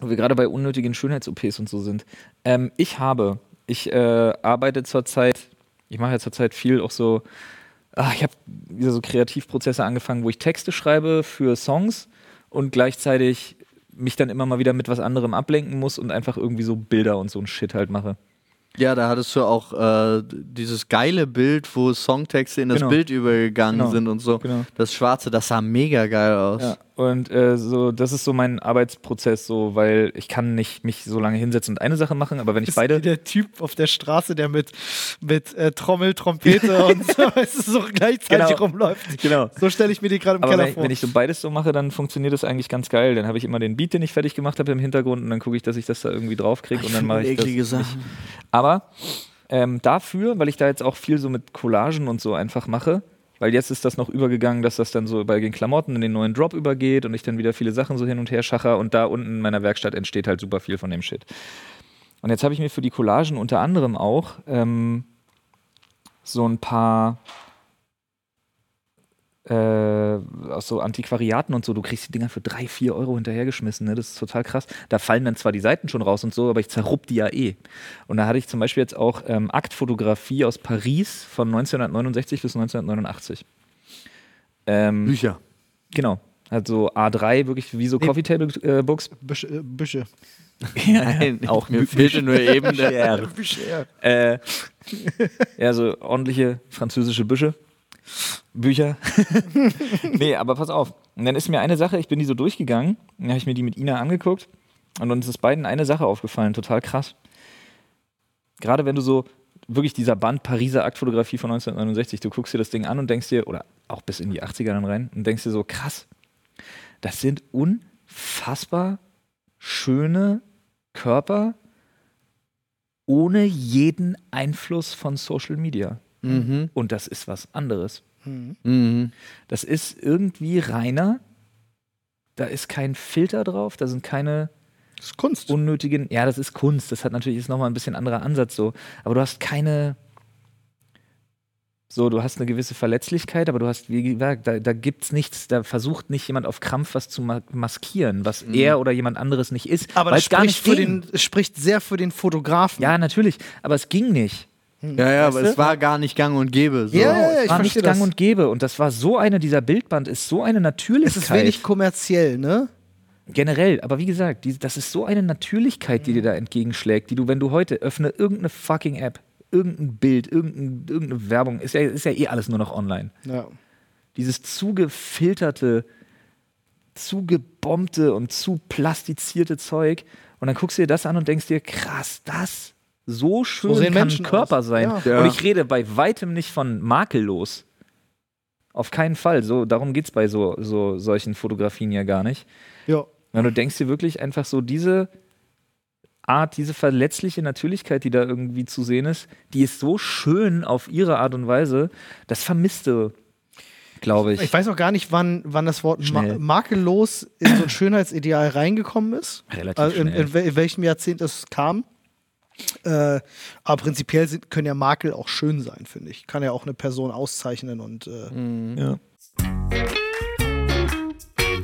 wo wir gerade bei unnötigen Schönheits-OPs und so sind. Ähm, ich habe, ich äh, arbeite zurzeit, ich mache ja zurzeit viel auch so, ah, ich habe wieder so Kreativprozesse angefangen, wo ich Texte schreibe für Songs und gleichzeitig mich dann immer mal wieder mit was anderem ablenken muss und einfach irgendwie so Bilder und so ein Shit halt mache. Ja, da hattest du auch äh, dieses geile Bild, wo Songtexte in das Genau. Bild übergegangen Genau. sind und so. Genau. Das Schwarze, das sah mega geil aus. Ja, und äh, so, das ist so mein Arbeitsprozess, so, weil ich kann nicht mich so lange hinsetzen und eine Sache machen, aber wenn ich Bist beide. wie der Typ auf der Straße, der mit, mit äh, Trommel, Trompete und so, weißt du, so gleichzeitig Genau. rumläuft. Genau. So stelle ich mir die gerade im Aber Keller wenn, ich- vor. wenn ich so beides so mache, dann funktioniert das eigentlich ganz geil. Dann habe ich immer den Beat, den ich fertig gemacht habe im Hintergrund und dann gucke ich, dass ich das da irgendwie draufkriege und dann mache ich das. Eklige Sachen. Aber ähm, dafür, weil ich da jetzt auch viel so mit Collagen und so einfach mache, weil jetzt ist das noch übergegangen, dass das dann so bei den Klamotten in den neuen Drop übergeht und ich dann wieder viele Sachen so hin und her schacher und da unten in meiner Werkstatt entsteht halt super viel von dem Shit. Und jetzt habe ich mir für die Collagen unter anderem auch ähm, so ein paar äh, aus so Antiquariaten und so, du kriegst die Dinger für drei, vier Euro hinterhergeschmissen, ne? Das ist total krass. Da fallen dann zwar die Seiten schon raus und so, aber ich zerrupp die ja eh. Und da hatte ich zum Beispiel jetzt auch ähm, Aktfotografie aus Paris von 1969 bis 1989. Ähm, Bücher. genau. Also A3, wirklich wie so Coffee Table äh, Books. Büsche, äh, Büsche. Nein, auch mir fehlte nur eben der. Äh, ja, so ordentliche französische Büsche. Bücher. nee, aber pass auf. Und dann ist mir eine Sache, ich bin die so durchgegangen, dann habe ich mir die mit Ina angeguckt und uns ist beiden eine Sache aufgefallen, total krass. Gerade wenn du so wirklich dieser Band Pariser Aktfotografie von 1969, du guckst dir das Ding an und denkst dir, oder auch bis in die 80er dann rein, und denkst dir so, krass, das sind unfassbar schöne Körper ohne jeden Einfluss von Social Media. Mhm. Und das ist was anderes. Hm. Mhm. Das ist irgendwie reiner. Da ist kein Filter drauf, da sind keine Das ist Kunst. unnötigen. Ja, das ist Kunst. Das hat natürlich ist nochmal ein bisschen anderer Ansatz so. Aber du hast keine. So, du hast eine gewisse Verletzlichkeit, aber du hast, wie gesagt, da, da gibt's nichts, da versucht nicht jemand auf Krampf was zu ma maskieren, was er oder jemand anderes nicht ist. Mhm. Aber weil das es gar nicht spricht, für ging. den, es spricht sehr für den Fotografen. Ja, natürlich. Aber es ging nicht. Ja, ja, aber es war gar nicht gang und gäbe. So. Ja, ja, ja, ich war nicht verstehe gang das. und gäbe. Und das war so eine, dieser Bildband ist so eine Natürlichkeit. Es ist wenig kommerziell, ne? Generell, aber wie gesagt, die, das ist so eine Natürlichkeit, die dir Mhm. da entgegenschlägt, die du, wenn du heute öffne irgendeine fucking App, irgendein Bild, irgendein, irgendeine Werbung, ist ja, ist ja eh alles nur noch online. Ja. Dieses zugefilterte, zugebombte und zu plastizierte Zeug. Und dann guckst du dir das an und denkst dir, krass, das so schön sehen kann Menschen ein Körper aus. sein. Ja. Ja. Und ich rede bei weitem nicht von makellos. Auf keinen Fall. So, darum geht es bei so, so solchen Fotografien ja gar nicht. Ja. Na, du denkst dir wirklich einfach so, diese Art, diese verletzliche Natürlichkeit, die da irgendwie zu sehen ist, die ist so schön auf ihre Art und Weise, das vermisste, glaube ich. Ich weiß auch gar nicht, wann, wann das Wort ma Schnell. makellos in so ein Schönheitsideal reingekommen ist. Relativ Also in, schnell. in, wel- in welchem Jahrzehnt es kam. Äh, aber prinzipiell sind, können ja Makel auch schön sein, finde ich. Kann ja auch eine Person auszeichnen und äh, Mhm.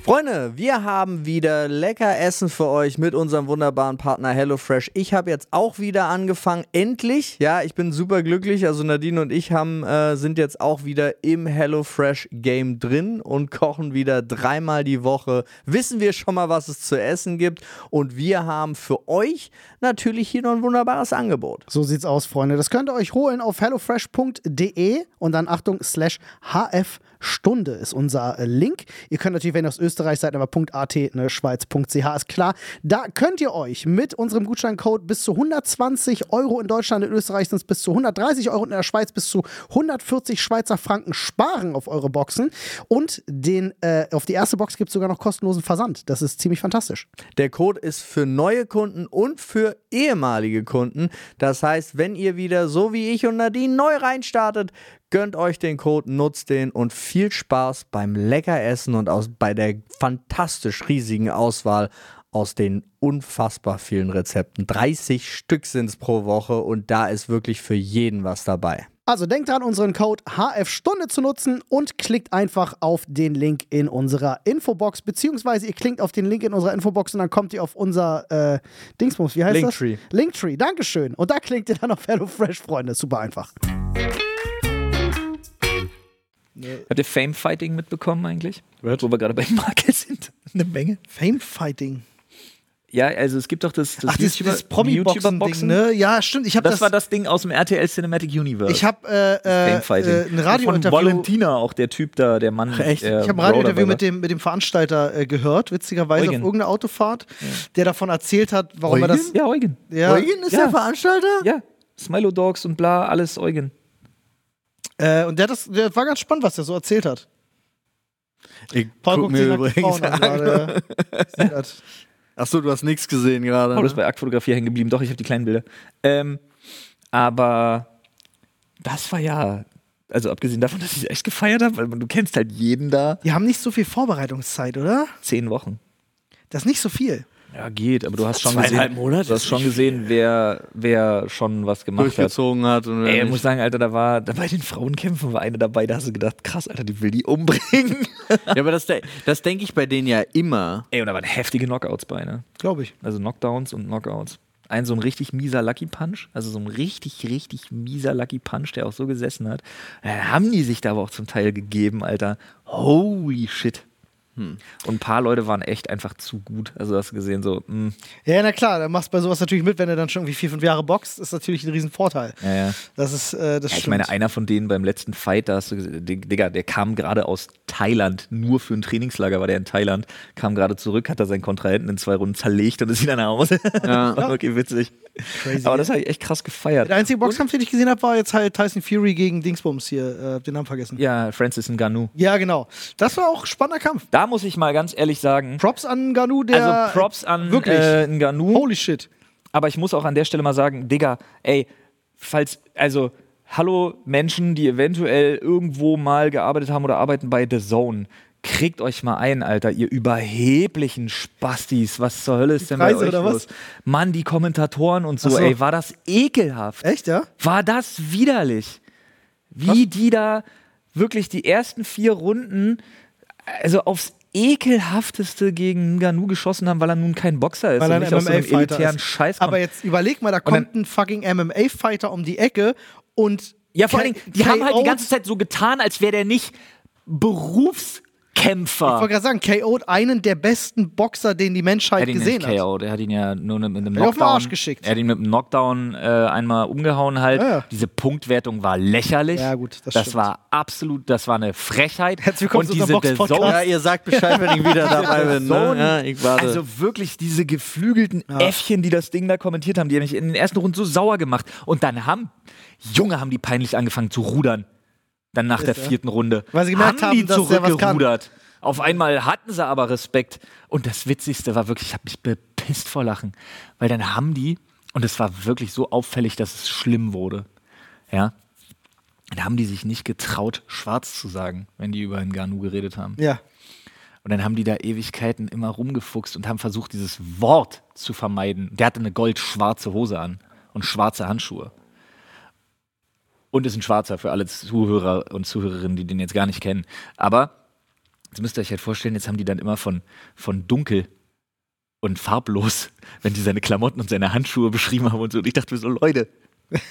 Freunde, wir haben wieder lecker Essen für euch mit unserem wunderbaren Partner HelloFresh. Ich habe jetzt auch wieder angefangen, endlich. Ja, ich bin super glücklich. Also Nadine und ich haben, äh, sind jetzt auch wieder im HelloFresh-Game drin und kochen wieder dreimal die Woche. Wissen wir schon mal, was es zu essen gibt. Und wir haben für euch natürlich hier noch ein wunderbares Angebot. So sieht's aus, Freunde. Das könnt ihr euch holen auf hellofresh.de und dann Achtung, slash HF Stunde ist unser äh, Link. Ihr könnt natürlich, wenn ihr aus Österreich seid, aber .at, ne, schweiz.ch ist klar. Da könnt ihr euch mit unserem Gutscheincode bis zu 120 Euro in Deutschland, in Österreich sind es bis zu 130 Euro und in der Schweiz bis zu 140 Schweizer Franken sparen auf eure Boxen. Und den, äh, auf die erste Box gibt es sogar noch kostenlosen Versand. Das ist ziemlich fantastisch. Der Code ist für neue Kunden und für ehemalige Kunden. Das heißt, wenn ihr wieder so wie ich und Nadine neu reinstartet, gönnt euch den Code, nutzt den und viel Spaß beim Leckeressen und aus, bei der fantastisch riesigen Auswahl aus den unfassbar vielen Rezepten. 30 Stück sind es pro Woche und da ist wirklich für jeden was dabei. Also denkt dran, unseren Code HFstunde zu nutzen und klickt einfach auf den Link in unserer Infobox, beziehungsweise ihr klickt auf den Link in unserer Infobox und dann kommt ihr auf unser äh, Dingsbums, wie heißt Linktree. das? Linktree, Dankeschön. Und da klickt ihr dann auf HelloFresh, Freunde, super einfach. Habt ihr Fame Fighting mitbekommen eigentlich? Wo wir gerade bei Marke sind. Eine Menge. Fame Fighting. ja, also es gibt doch das, das Ach, dieses, YouTuber- dieses Promi-Boxen-Ding, ne? Ja, stimmt. Ich habe Das, das, war das Ding aus dem RTL Cinematic Universe. Ich habe äh, äh, Famefighting. äh, ein Von Radiointerview. Valentina, auch der Typ da, der Mann. echt? der Ich habe Bro ein dabei Radiointerview war. mit dem, mit dem Veranstalter äh, gehört, witzigerweise Eugen. auf irgendeiner Autofahrt, der davon erzählt hat, warum er das. Ja, Eugen. Ja, Eugen ist Ja. der Veranstalter? Ja. Smilo Dogs und bla, alles Eugen. Äh, und der, hat das, der war ganz spannend, was der so erzählt hat. Ich Paul guck guckt sich mir nackte übrigens Frauen an gerade. ja. Sieht das. Achso, du hast nichts gesehen gerade. Paul ist Ne? bei Aktfotografie hängen geblieben. Doch, ich habe die kleinen Bilder. Ähm, aber das war ja, also abgesehen davon, dass ich es echt gefeiert habe, weil du kennst halt jeden da. Die haben nicht so viel Vorbereitungszeit, oder? Zehn Wochen. Das ist nicht so viel. Ja, geht, aber du hast schon Zweieinhalb gesehen, Monate du hast ist schon gesehen wer, wer schon was gemacht hat. Durchgezogen hat. und Ey, nicht. muss ich sagen, Alter, da war da bei den Frauenkämpfen war eine dabei, da hast du gedacht, krass, Alter, die will die umbringen. ja, aber das, de- das denke ich bei denen ja immer. Ey, und da waren heftige Knockouts bei, ne? Glaube ich. Also Knockdowns und Knockouts. Ein so ein richtig mieser Lucky Punch, also so ein richtig, richtig mieser Lucky Punch, der auch so gesessen hat. Äh, haben die sich da aber auch zum Teil gegeben, Alter. Holy shit. Hm. Und ein paar Leute waren echt einfach zu gut. Also hast du gesehen, so, mh, Ja, na klar, dann machst du bei sowas natürlich mit, wenn du dann schon irgendwie vier, fünf Jahre boxt, ist natürlich ein Riesenvorteil. Ja, ja. Das ist, äh, das Ja, ich stimmt. meine, einer von denen beim letzten Fight, da hast du gesehen, Dig- Digga, der kam gerade aus Thailand, nur für ein Trainingslager war der in Thailand, kam gerade zurück, hat da seinen Kontrahenten in zwei Runden zerlegt und ist wieder nach Hause. Ja. okay, witzig. Crazy, Aber das habe ich echt krass gefeiert. Der einzige Boxkampf, den ich gesehen habe, war jetzt halt Tyson Fury gegen Dingsbums hier. Äh, hab den Namen vergessen. Ja. Ja, Francis Ngannou. genau. Das war auch ein spannender Kampf. Da muss ich mal ganz ehrlich sagen, Props an Ganu, der. also Props an Wirklich. äh, Ngannou. Holy shit. Aber ich muss auch an der Stelle mal sagen, Digga, ey, falls, also, hallo Menschen, die eventuell irgendwo mal gearbeitet haben oder arbeiten bei The Zone. Kriegt euch mal ein, Alter, ihr überheblichen Spastis. Was zur Hölle ist denn Preise bei euch oder was? los? Mann, die Kommentatoren und so, Ach so. ey, war das ekelhaft. Echt, ja? War das widerlich. Wie die da wirklich die ersten vier Runden also aufs ekelhafteste gegen Ngannou geschossen haben, weil er nun kein Boxer ist Weil und er nicht ein aus so einem MMA-Fighter elitären ist. Scheiß kommt. Aber jetzt überleg mal, da dann- kommt ein fucking MMA-Fighter um die Ecke und. Ja, vor allen K- Dingen, die haben halt die KO'd ganze Zeit so getan, als wäre der nicht Ich Berufskämpfer. wollte gerade sagen, KO'd einen der besten Boxer, den die Menschheit Er hat ihn gesehen nicht hat. KO'd. Er hat ihn ja nur mit einem ihn auf den Knockdown. Arsch geschickt. Er hat ihn mit einem Knockdown äh, einmal umgehauen halt. Ja, ja. Diese Punktwertung war lächerlich. Ja, gut, das Das stimmt. war absolut, das war eine Frechheit. Herzlich willkommen Und zu unserem diese The Box-Podcast. Zone- Ja, ihr sagt Bescheid, wenn ich wieder dabei bin. Ne? Personen. Ja, ich warte. Also wirklich diese geflügelten Äffchen, die das Ding da kommentiert haben, die haben mich in den ersten Runden so sauer gemacht. Und dann haben, Junge, haben die peinlich angefangen zu rudern. Dann nach der vierten Runde. Weil sie gemerkt haben die haben, dass der was kann. zurückgerudert. Auf einmal hatten sie aber Respekt. Und das Witzigste war wirklich, ich habe mich bepisst vor Lachen. Weil dann haben die, und es war wirklich so auffällig, dass es schlimm wurde. Ja. Dann haben die sich nicht getraut, schwarz zu sagen, wenn die über Ngannou geredet haben. Ja. Und dann haben die da Ewigkeiten immer rumgefuchst und haben versucht, dieses Wort zu vermeiden. Der hatte eine goldschwarze Hose an und schwarze Handschuhe. Und ist ein Schwarzer für alle Zuhörer und Zuhörerinnen, die den jetzt gar nicht kennen. Aber jetzt müsst ihr euch halt vorstellen, jetzt haben die dann immer von, von dunkel und farblos, wenn die seine Klamotten und seine Handschuhe beschrieben haben und so. Und ich dachte mir so, Leute,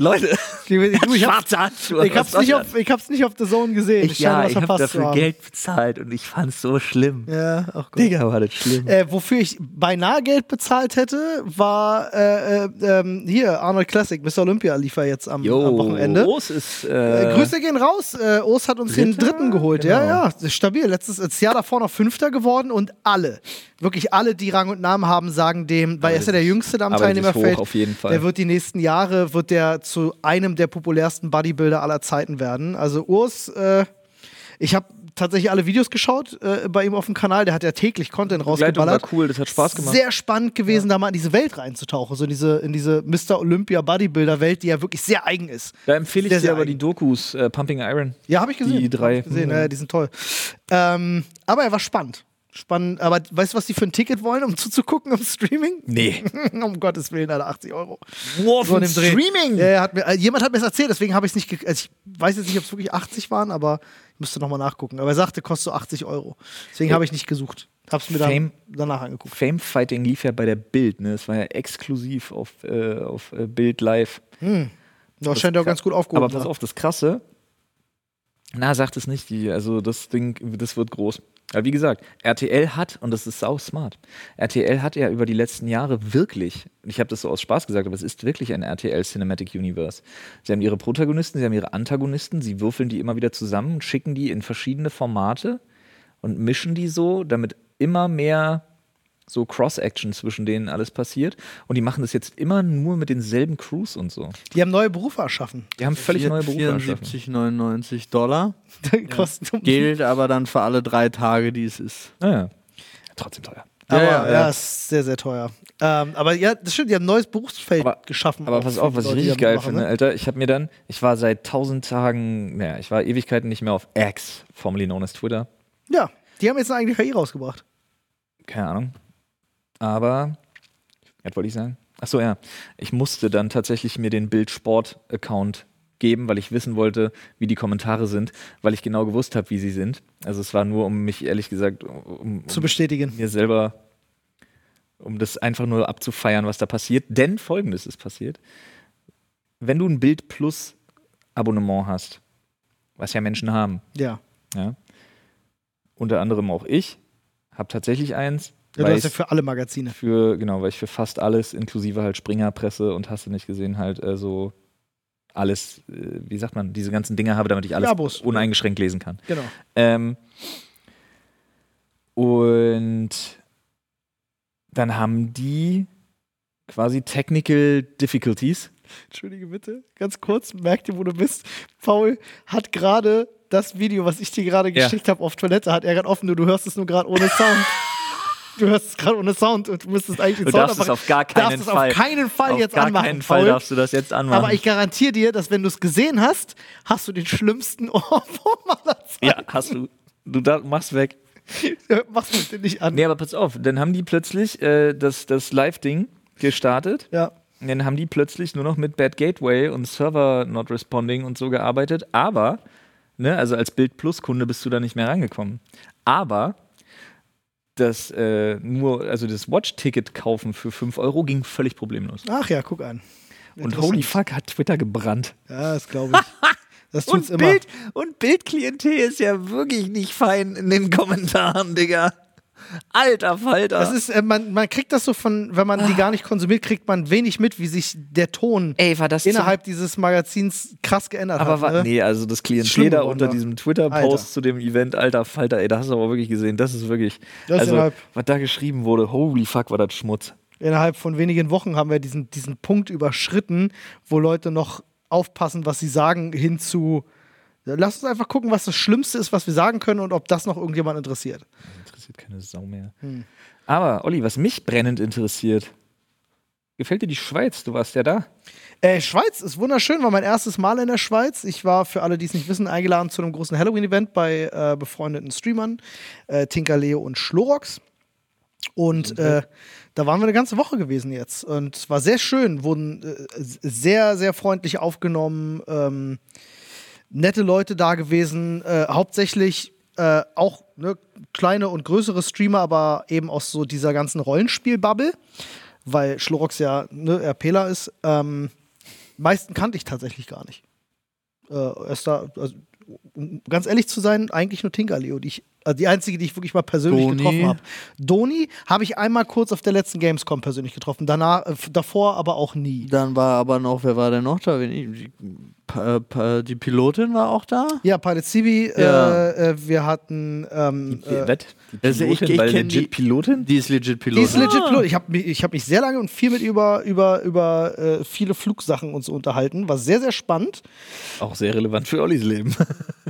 Leute, Du, ich hab's, schwarze Handschuhe. ich, hab's was nicht soll auf, ich hab's nicht auf The Zone gesehen. ich, ja, ich habe zu dafür haben. Geld bezahlt und ich fand es so schlimm. Ja, auch gut. Digga, war das schlimm. Äh, wofür ich beinahe Geld bezahlt hätte, war äh, äh, ähm, hier Arnold Classic, Mr. Olympia liefer jetzt am, am Wochenende. Groß ist. Äh, Äh, Grüße gehen raus. Äh, Oos hat uns den Dritter? dritten geholt. Genau. Ja, ja, stabil. Letztes das Jahr davor noch Fünfter geworden und alle, wirklich alle, die Rang und Namen haben, sagen dem, weil er ist ja der Jüngste da am aber das ist Teilnehmerfeld. hoch auf jeden Fall. Der wird die nächsten Jahre, wird der zu einem der populärsten Bodybuilder aller Zeiten werden. Also Urs, äh, ich habe tatsächlich alle Videos geschaut äh, bei ihm auf dem Kanal. Der hat ja täglich Content Begleitung rausgeballert. war cool, das hat Spaß gemacht. Sehr spannend gewesen, da mal in diese Welt reinzutauchen, so in diese, in diese Mr. Olympia Bodybuilder Welt, die ja wirklich sehr eigen ist. Da empfehle ich Sehr, dir sehr aber die Dokus, äh, Pumping Iron. Ja, habe ich gesehen. Die drei. Hab ich gesehen. Ja, die sind toll. Ähm, aber er war spannend. Spannend. Aber weißt du, was die für ein Ticket wollen, um zuzugucken im Streaming? Nee. um Gottes Willen, alle 80 Euro. Wow, So in dem Dreh. Streaming! Ja, er hat mir, äh, jemand hat mir das erzählt, deswegen habe ich es nicht. ge- Also ich weiß jetzt nicht, ob es wirklich 80 waren, aber ich müsste nochmal nachgucken. Aber er sagte, kostet so 80 Euro. Deswegen habe ich nicht gesucht. Hab's mir dann Fame. danach angeguckt. Fame Fighting lief ja bei der Bild, ne? Das war ja exklusiv auf, äh, auf äh, Bild Live. Da scheint er auch ganz gut aufgehoben. Aber pass ne? auf, das Krasse. Na, sagt es nicht, die. Also das Ding, das wird groß. Aber wie gesagt, RTL hat, und das ist sau smart, RTL hat ja über die letzten Jahre wirklich, ich habe das so aus Spaß gesagt, aber es ist wirklich ein RTL Cinematic Universe. Sie haben ihre Protagonisten, sie haben ihre Antagonisten, sie würfeln die immer wieder zusammen, und schicken die in verschiedene Formate und mischen die so, damit immer mehr so Cross-Action zwischen denen alles passiert. Und die machen das jetzt immer nur mit denselben Crews und so. Die haben neue Berufe erschaffen. Die haben völlig neue Berufe erschaffen. 74,99 Dollar. Die kosten Gilt aber dann für alle drei Tage, die es ist. Naja. Trotzdem teuer. Aber Ja, ja, ja, ja. ist sehr, sehr teuer. Ähm, aber ja, das stimmt, die haben ein neues Berufsfeld Aber- geschaffen. Aber auch pass für auf, die was ich Leute, die ne? richtig da geil mitmachen, finde, Alter. Ich habe mir dann, ich war seit tausend Tagen, naja, ich war Ewigkeiten nicht mehr auf X, formerly known as Twitter. Ne? Ja, die haben jetzt eine eigene KI rausgebracht. Keine Ahnung. Aber, was wollte ich sagen? Achso, ja. Ich musste dann tatsächlich mir den Bildsport-Account geben, weil ich wissen wollte, wie die Kommentare sind, weil ich genau gewusst habe, wie sie sind. Also es war nur, um mich ehrlich gesagt, um, um, Zu bestätigen. mir selber, um das einfach nur abzufeiern, was da passiert. Denn folgendes ist passiert. Wenn du ein Bild Plus Abonnement hast, was ja Menschen haben, Ja. ja, unter anderem auch ich, habe tatsächlich eins. ja du weil hast ja ich's für alle Magazine. für, genau, weil ich für fast alles, inklusive halt Springerpresse und hast du nicht gesehen, halt äh, so alles, äh, wie sagt man, diese ganzen Dinge habe, damit ich alles Abos. uneingeschränkt lesen kann. Genau. Ähm, und dann haben die quasi Technical Difficulties. Entschuldige bitte, ganz kurz, merk dir, wo du bist. Paul hat gerade das Video, was ich dir gerade Ja. geschickt habe, auf Toilette, hat er gerade offen, nur du hörst es nur gerade ohne Sound. Du hörst es gerade ohne Sound und du müsstest eigentlich den Du Sound darfst es einfach- auf gar darfst keinen es Fall. auf keinen Fall auf jetzt gar anmachen. keinen Fall Paul. darfst du das jetzt anmachen. Aber ich garantiere dir, dass wenn du es gesehen hast, hast du den schlimmsten Ohrwurm aller Zeiten. ja, hast du. Du da, machst weg. Mach's bitte nicht an. Nee, aber pass auf, dann haben die plötzlich äh, das, das Live-Ding gestartet. Ja. Und dann haben die plötzlich nur noch mit Bad Gateway und Server not responding und so gearbeitet. Aber, ne, also als Bild Plus Kunde bist du da nicht mehr rangekommen. Aber das äh, nur, also das Watch-Ticket kaufen für 5 Euro ging völlig problemlos. Ach ja, guck an. Und holy fuck, hat Twitter gebrannt. Ja, das glaube ich. Das tut's Und immer. Bild, und Bildklientel ist ja wirklich nicht fein in den Kommentaren, Digga. Alter Falter. Das ist, äh, man, man kriegt das so von, wenn man die gar nicht konsumiert, kriegt man wenig mit, wie sich der Ton Ah. Ey, war das zum- innerhalb dieses Magazins krass geändert Aber hat. wa- Ne? nee, also das Klientel Schlimm da geworden, unter ja. diesem Alter. Twitter-Post zu dem Event, alter Falter, ey, da hast du aber wirklich gesehen, das ist wirklich, Das ist also innerhalb- was da geschrieben wurde, holy fuck, war das Schmutz. Innerhalb von wenigen Wochen haben wir diesen, diesen Punkt überschritten, wo Leute noch aufpassen, was sie sagen, hinzu. Lass uns einfach gucken, was das Schlimmste ist, was wir sagen können und ob das noch irgendjemand interessiert. Interessiert keine Sau mehr. Hm. Aber Olli, was mich brennend interessiert, gefällt dir die Schweiz? Du warst ja da. Äh, Schweiz ist wunderschön, war mein erstes Mal in der Schweiz. Ich war, für alle, die es nicht wissen, eingeladen zu einem großen Halloween-Event bei äh, befreundeten Streamern, äh, Tinker Leo und Schlorox. Und äh, da waren wir eine ganze Woche gewesen jetzt. Und es war sehr schön, wurden äh, sehr, sehr freundlich aufgenommen. Ähm, nette Leute da gewesen, äh, hauptsächlich äh, auch ne, kleine und größere Streamer, aber eben aus so dieser ganzen Rollenspiel-Bubble, weil Schlorox ja ne, RPler ist. Ähm, meisten kannte ich tatsächlich gar nicht. Äh, er ist da, also, um ganz ehrlich zu sein, eigentlich nur Tinkerleo, die ich, also die einzige, die ich wirklich mal persönlich Doni. getroffen habe. Doni habe ich einmal kurz auf der letzten Gamescom persönlich getroffen, danach, äh, f- davor aber auch nie. Dann war aber noch, wer war denn noch da? Wenn ich- Die, pa, pa, die Pilotin war auch da. Ja, Pilot Civi, Ja. äh, äh, wir hatten ähm, äh, Was? Die Also ich- ich weil kenn legit die- Pilotin? Die ist legit Die Pilotin. ist legit Pilot. Ich habe mich, ich hab mich sehr lange und viel mit über, über, über äh, viele Flugsachen uns unterhalten. War sehr, sehr spannend. Auch sehr relevant für Ollis Leben.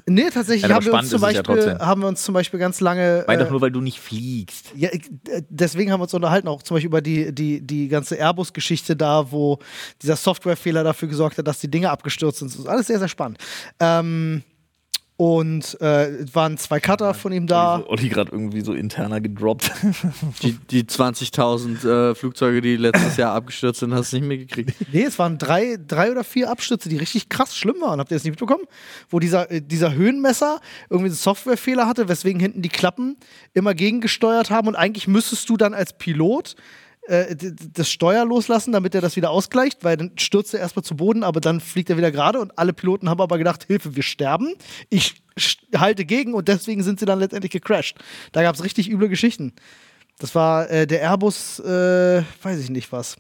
Nee, tatsächlich Ja, aber haben, wir uns spannend zum ist es ja Beispiel, trotzdem. haben wir uns zum Beispiel ganz lange. Weil doch Äh, nur, weil du nicht fliegst. ja, ich- äh, deswegen haben wir uns unterhalten, auch zum Beispiel über die, die, die ganze Airbus-Geschichte da, wo dieser Softwarefehler dafür gesorgt hat, dass die Dinge abgestürzt sind. Das ist alles sehr, sehr spannend. Ähm, und äh, es waren zwei Cutter von ihm da. Olli gerade irgendwie so interner gedroppt. Die, die 20.000 äh, Flugzeuge, die letztes Jahr abgestürzt sind, hast du nicht mehr gekriegt. Nee, es waren drei, drei oder vier Abstürze, die richtig krass schlimm waren. Habt ihr das nicht mitbekommen? Wo dieser, äh, dieser Höhenmesser irgendwie einen Softwarefehler hatte, weswegen hinten die Klappen immer gegengesteuert haben und eigentlich müsstest du dann als Pilot äh, d- d- das Steuer loslassen, damit er das wieder ausgleicht, weil dann stürzt er erstmal zu Boden, aber dann fliegt er wieder gerade und alle Piloten haben aber gedacht, Hilfe, wir sterben. Ich sch- halte gegen und deswegen sind sie dann letztendlich gecrashed. Da gab es richtig üble Geschichten. Das war äh, der Airbus, äh, weiß ich nicht was.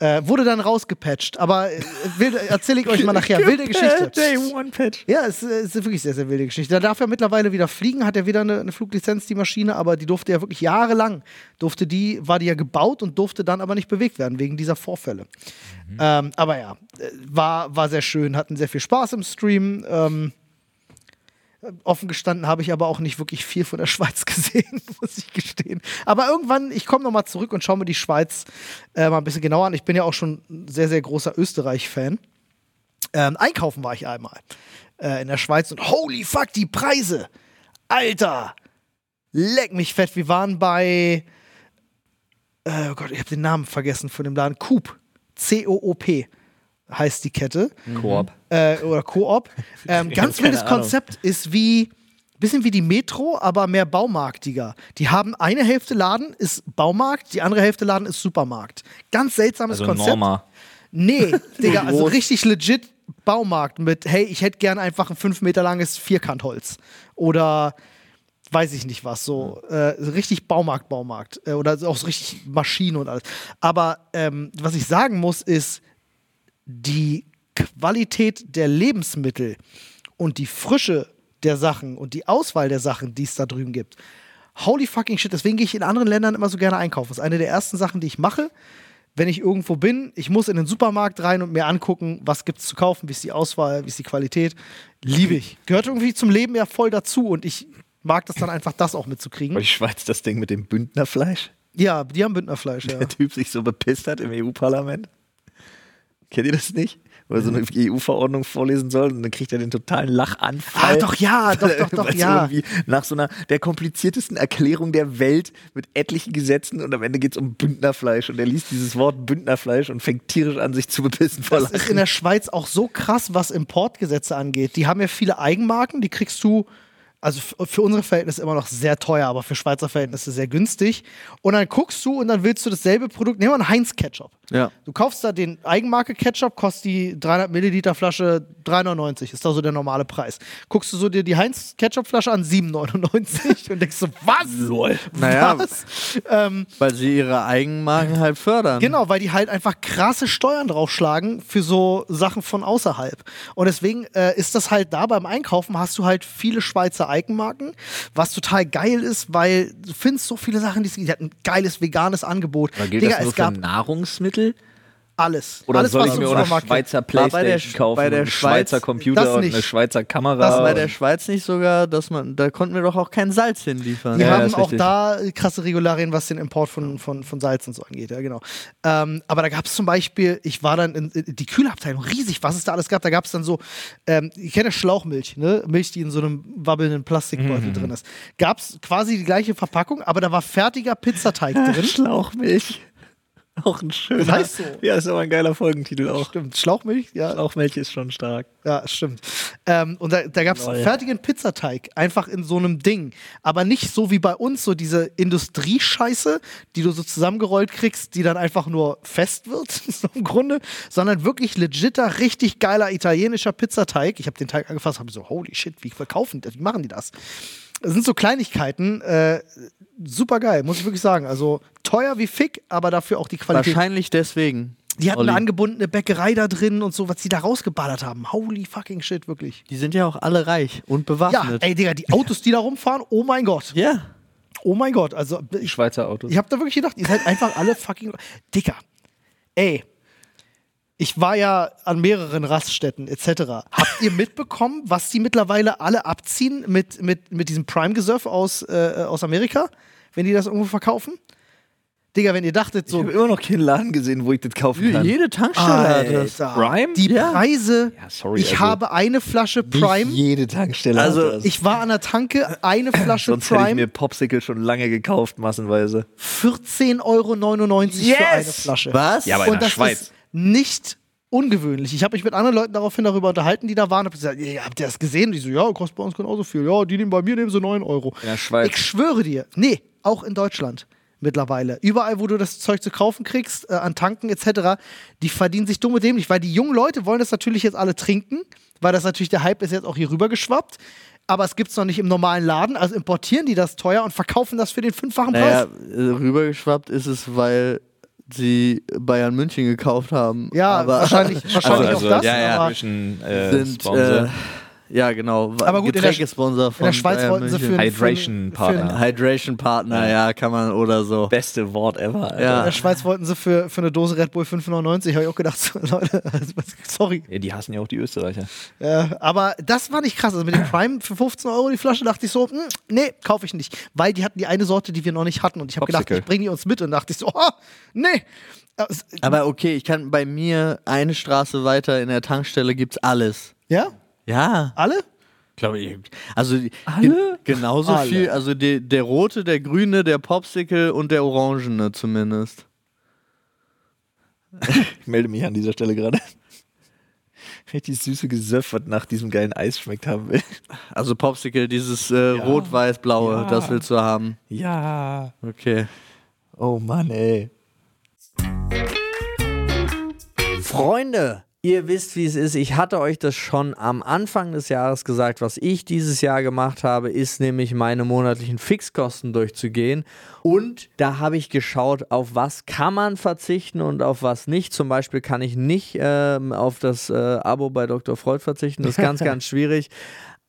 Äh, wurde dann rausgepatcht, aber äh, wilde- erzähle ich euch mal nachher. Wilde Geschichte. One Patch. Ja, es äh, ist eine wirklich sehr, sehr wilde Geschichte. Da darf er mittlerweile wieder fliegen, hat er wieder eine, eine Fluglizenz, die Maschine, aber die durfte ja wirklich jahrelang, durfte die, war die ja gebaut und durfte dann aber nicht bewegt werden, wegen dieser Vorfälle. Ähm, aber ja, äh, war, war sehr schön, hatten sehr viel Spaß im Stream. Ähm, äh, offen gestanden habe ich aber auch nicht wirklich viel von der Schweiz gesehen, muss ich gestehen. Aber irgendwann, ich komme nochmal zurück und schaue mir die Schweiz äh, mal ein bisschen genauer an. Ich bin ja auch schon ein sehr, sehr großer Österreich-Fan. Ähm, einkaufen war ich einmal äh, in der Schweiz und holy fuck, die Preise! Alter! Leck mich fett, wir waren bei. Äh, oh Gott, ich habe den Namen vergessen von dem Laden. Coop. C-O-O-P heißt die Kette Mhm. Koop. äh, oder Koop. Ähm, ganz wildes Konzept ist wie bisschen wie die Metro, aber mehr baumarktiger. Die haben eine Hälfte Laden ist Baumarkt, die andere Hälfte Laden ist Supermarkt. Ganz seltsames Also Konzept. Norma. Nee, Digga, also richtig legit Baumarkt mit, hey, ich hätte gern einfach ein fünf Meter langes Vierkantholz. Oder weiß ich nicht was, so äh, so richtig Baumarkt, Baumarkt. Äh, oder so auch so richtig Maschinen und alles. Aber ähm, was ich sagen muss, ist, die Qualität der Lebensmittel und die Frische der Sachen und die Auswahl der Sachen, die es da drüben gibt. Holy fucking shit, deswegen gehe ich in anderen Ländern immer so gerne einkaufen. Das ist eine der ersten Sachen, die ich mache, wenn ich irgendwo bin. Ich muss in den Supermarkt rein und mir angucken, was gibt's zu kaufen, wie ist die Auswahl, wie ist die Qualität. Liebe ich. Gehört irgendwie zum Leben ja voll dazu und ich mag das dann einfach, das auch Aber mitzukriegen. die Schweiz das Ding mit dem Bündnerfleisch? Ja, die haben Bündnerfleisch, ja. Der Typ sich so bepisst hat im EU-Parlament? Kennt ihr das nicht? Wo er so eine EU-Verordnung vorlesen soll und dann kriegt er den totalen Lachanfall. Ah, doch, ja, doch, doch, doch, Weil so ja. irgendwie Nach so einer der kompliziertesten Erklärung der Welt mit etlichen Gesetzen und am Ende geht es um Bündnerfleisch und er liest dieses Wort Bündnerfleisch und fängt tierisch an, sich zu bepissen vor Das ist in Lachen. der Schweiz auch so krass, was Importgesetze angeht. Die haben ja viele Eigenmarken, die kriegst du, also f- für unsere Verhältnisse immer noch sehr teuer, aber für Schweizer Verhältnisse sehr günstig. Und dann guckst du und dann willst du dasselbe Produkt, nehmen wir einen Heinz Ketchup. Ja. Du kaufst da den Eigenmarke Ketchup, kostet die 300 Milliliter Flasche 3,99, ist da so der normale Preis. Guckst du so dir die Heinz Ketchup Flasche an 7,99 und denkst so, was? Lol. Naja. Was? Ähm, Weil sie ihre Eigenmarken halt fördern. Genau, weil die halt einfach krasse Steuern draufschlagen für so Sachen von außerhalb. Und deswegen äh, ist das halt da beim Einkaufen hast du halt viele Schweizer Eigenmarken, was total geil ist, weil du findest so viele Sachen, die es gibt. Die hat ein geiles veganes Angebot. Aber gilt Digga, das nur es gab für Nahrungsmittel? alles. Oder alles, soll was ich du mir im auch eine Supermarkt findest. Schweizer War bei Playstation der Sch- kaufen, bei der einen Schweiz- Schweizer das Computer und eine nicht. Schweizer Das Kamera? bei und- der Schweiz nicht sogar, dass man, da konnten wir doch auch kein Salz hinliefern. Die Ja, haben ist auch richtig. da krasse Regularien, was den Import von, von, von Salz und so angeht, ja, genau. Ähm, aber da gab es zum Beispiel, ich war dann in, in die Kühlabteilung, riesig, was es da alles gab. Da gab es dann so, ähm, ich kenne Schlauchmilch, ne? Milch, die in so einem wabbelnden Plastikbeutel Mhm. drin ist. Gab es quasi die gleiche Verpackung, aber da war fertiger Pizzateig drin. Schlauchmilch. Auch ein schöner. Das heißt halt so. Ja, ist aber ein geiler Folgentitel auch. Stimmt, Schlauchmilch, ja, Schlauchmilch ist schon stark. Ja, stimmt. Ähm, und da, da gab es einen fertigen Pizzateig, einfach in so einem Ding. Aber nicht so wie bei uns, so diese Industriescheiße, die du so zusammengerollt kriegst, die dann einfach nur fest wird, so im Grunde, sondern wirklich legitter, richtig geiler italienischer Pizzateig. Ich habe den Teig angefasst, habe so, holy shit, wie verkaufen, die- wie machen die das? Das sind so Kleinigkeiten, äh, super geil, muss ich wirklich sagen. Also teuer wie Fick, aber dafür auch die Qualität. Wahrscheinlich deswegen. Die hatten Olli. eine angebundene Bäckerei da drin und so, was die da rausgeballert haben. Holy fucking shit, wirklich. Die sind ja auch alle reich und Ja, bewaffnet. ey, Digga, die Autos, die da rumfahren, oh mein Gott. ja. Oh mein Gott. Also, ich, Schweizer Autos. ich hab da wirklich gedacht, ihr seid einfach alle fucking. Digga. Ey. Ich war ja an mehreren Raststätten etc. Habt ihr mitbekommen, was die mittlerweile alle abziehen mit, mit, mit diesem Prime-Gesöff aus, äh, aus Amerika, wenn die das irgendwo verkaufen? Digga, wenn ihr dachtet, Ich so. habe immer noch keinen Laden gesehen, wo ich das kaufen kann. Jede Tankstelle hat das. Prime? Die Ja. Preise. Ja, sorry, ich also- habe eine Flasche Nicht Prime. jede Tankstelle. Also, hat das. Ich war an der Tanke, eine Flasche Sonst hätte ich Prime. mir Popsicle schon lange gekauft, massenweise. 14,99 Euro für eine Flasche. Was? Ja, aber- in Und der das Schweiz. ist nicht ungewöhnlich. Ich habe mich mit anderen Leuten daraufhin darüber unterhalten, die da waren. Hab gesagt, ihr habt ihr das gesehen? Die so, ja, kostet bei uns genauso viel. Ja, die nehmen bei mir nehmen so 9 Euro. In der Schweiz. Ich schwöre dir, nee, auch in Deutschland. mittlerweile. Überall, wo du das Zeug zu kaufen kriegst, äh, an Tanken etc., die verdienen sich dumm und dämlich, weil die jungen Leute wollen das natürlich jetzt alle trinken, weil das natürlich der Hype ist jetzt auch hier rüber geschwappt. Aber es gibt es noch nicht im normalen Laden, also importieren die das teuer und verkaufen das für den fünffachen Naja, Preis. äh, rübergeschwappt ist es, weil sie Bayern München gekauft haben. Ja, aber wahrscheinlich, wahrscheinlich also, auch das. ja, ja, aber zwischen äh, sind äh, Sponsor. ja genau. Aber gut, in der Sch- Getränkesponsor in von der Schweiz Bayern wollten sie München. für einen- Hydration für einen- für einen- Partner. Hydration Partner, ja, kann man oder so. Beste Wort ever. Alter. In Ja. der Schweiz wollten sie für, für eine Dose Red Bull 5,99, habe ich auch gedacht, so, Leute, also, sorry. Ja, die hassen ja auch die Österreicher. Äh, aber das war nicht krass. Also mit dem Prime für 15 Euro die Flasche dachte ich so, hm, nee, kaufe ich nicht. Weil die hatten die eine Sorte, die wir noch nicht hatten. Und ich habe gedacht, Popsicle. ich bringe die uns mit. Und dachte ich so, oh, nee. Äh, es- Aber okay, ich kann bei mir eine Straße weiter in der Tankstelle gibt's alles. Ja? Ja, Alle? glaube ich. Also die- gen genauso Alle. viel, also die, der rote, der grüne, der Popsicle und der orangene zumindest. Ich melde mich an dieser Stelle gerade. Wenn ich die süße Gesöff, was nach diesem geilen Eis schmeckt haben will. Also Popsicle, dieses äh, rot-weiß-blaue, das willst du haben. Ja. Okay. Oh Mann, ey. Freunde, ihr wisst, wie es ist. Ich hatte euch das schon am Anfang des Jahres gesagt. Was ich dieses Jahr gemacht habe, ist nämlich meine monatlichen Fixkosten durchzugehen. Und da habe ich geschaut, auf was kann man verzichten und auf was nicht. Zum Beispiel kann ich nicht ähm, auf das äh, Abo bei Dr. Freud verzichten. Das ist ganz, ganz schwierig.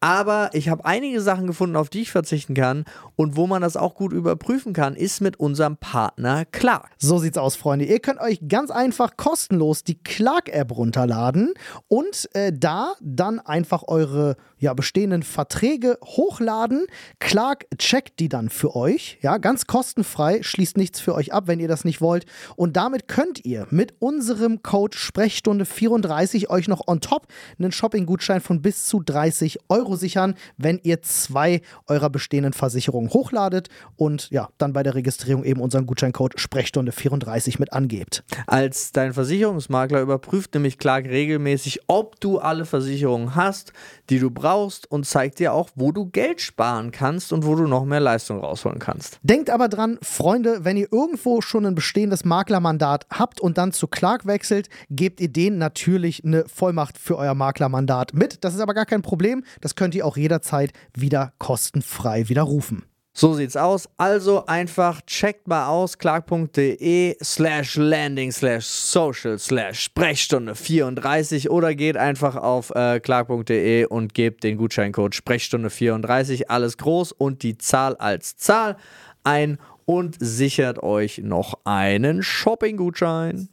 Aber ich habe einige Sachen gefunden, auf die ich verzichten kann. Und wo man das auch gut überprüfen kann, ist mit unserem Partner Clark. So sieht's aus, Freunde. Ihr könnt euch ganz einfach kostenlos die Clark-App runterladen und äh, da dann einfach eure ja, bestehenden Verträge hochladen. Clark checkt die dann für euch, ja, ganz kostenfrei, schließt nichts für euch ab, wenn ihr das nicht wollt. Und damit könnt ihr mit unserem Code Sprechstunde34 euch noch on top einen Shopping-Gutschein von bis zu 30 Euro sichern, wenn ihr zwei eurer bestehenden Versicherungen hochladet und ja, dann bei der Registrierung eben unseren Gutscheincode Sprechstunde34 mit angebt. Als dein Versicherungsmakler überprüft nämlich Clark regelmäßig, ob du alle Versicherungen hast, die du brauchst und zeigt dir auch, wo du Geld sparen kannst und wo du noch mehr Leistung rausholen kannst. Denkt aber dran, Freunde, wenn ihr irgendwo schon ein bestehendes Maklermandat habt und dann zu Clark wechselt, gebt ihr denen natürlich eine Vollmacht für euer Maklermandat mit. Das ist aber gar kein Problem. Das könnt ihr auch jederzeit wieder kostenfrei widerrufen. So sieht's aus. Also einfach checkt mal aus clark.de slash landing slash social slash Sprechstunde 34 oder geht einfach auf äh, clark.de und gebt den Gutscheincode Sprechstunde 34 alles groß und die Zahl als Zahl ein und sichert euch noch einen Shopping-Gutschein.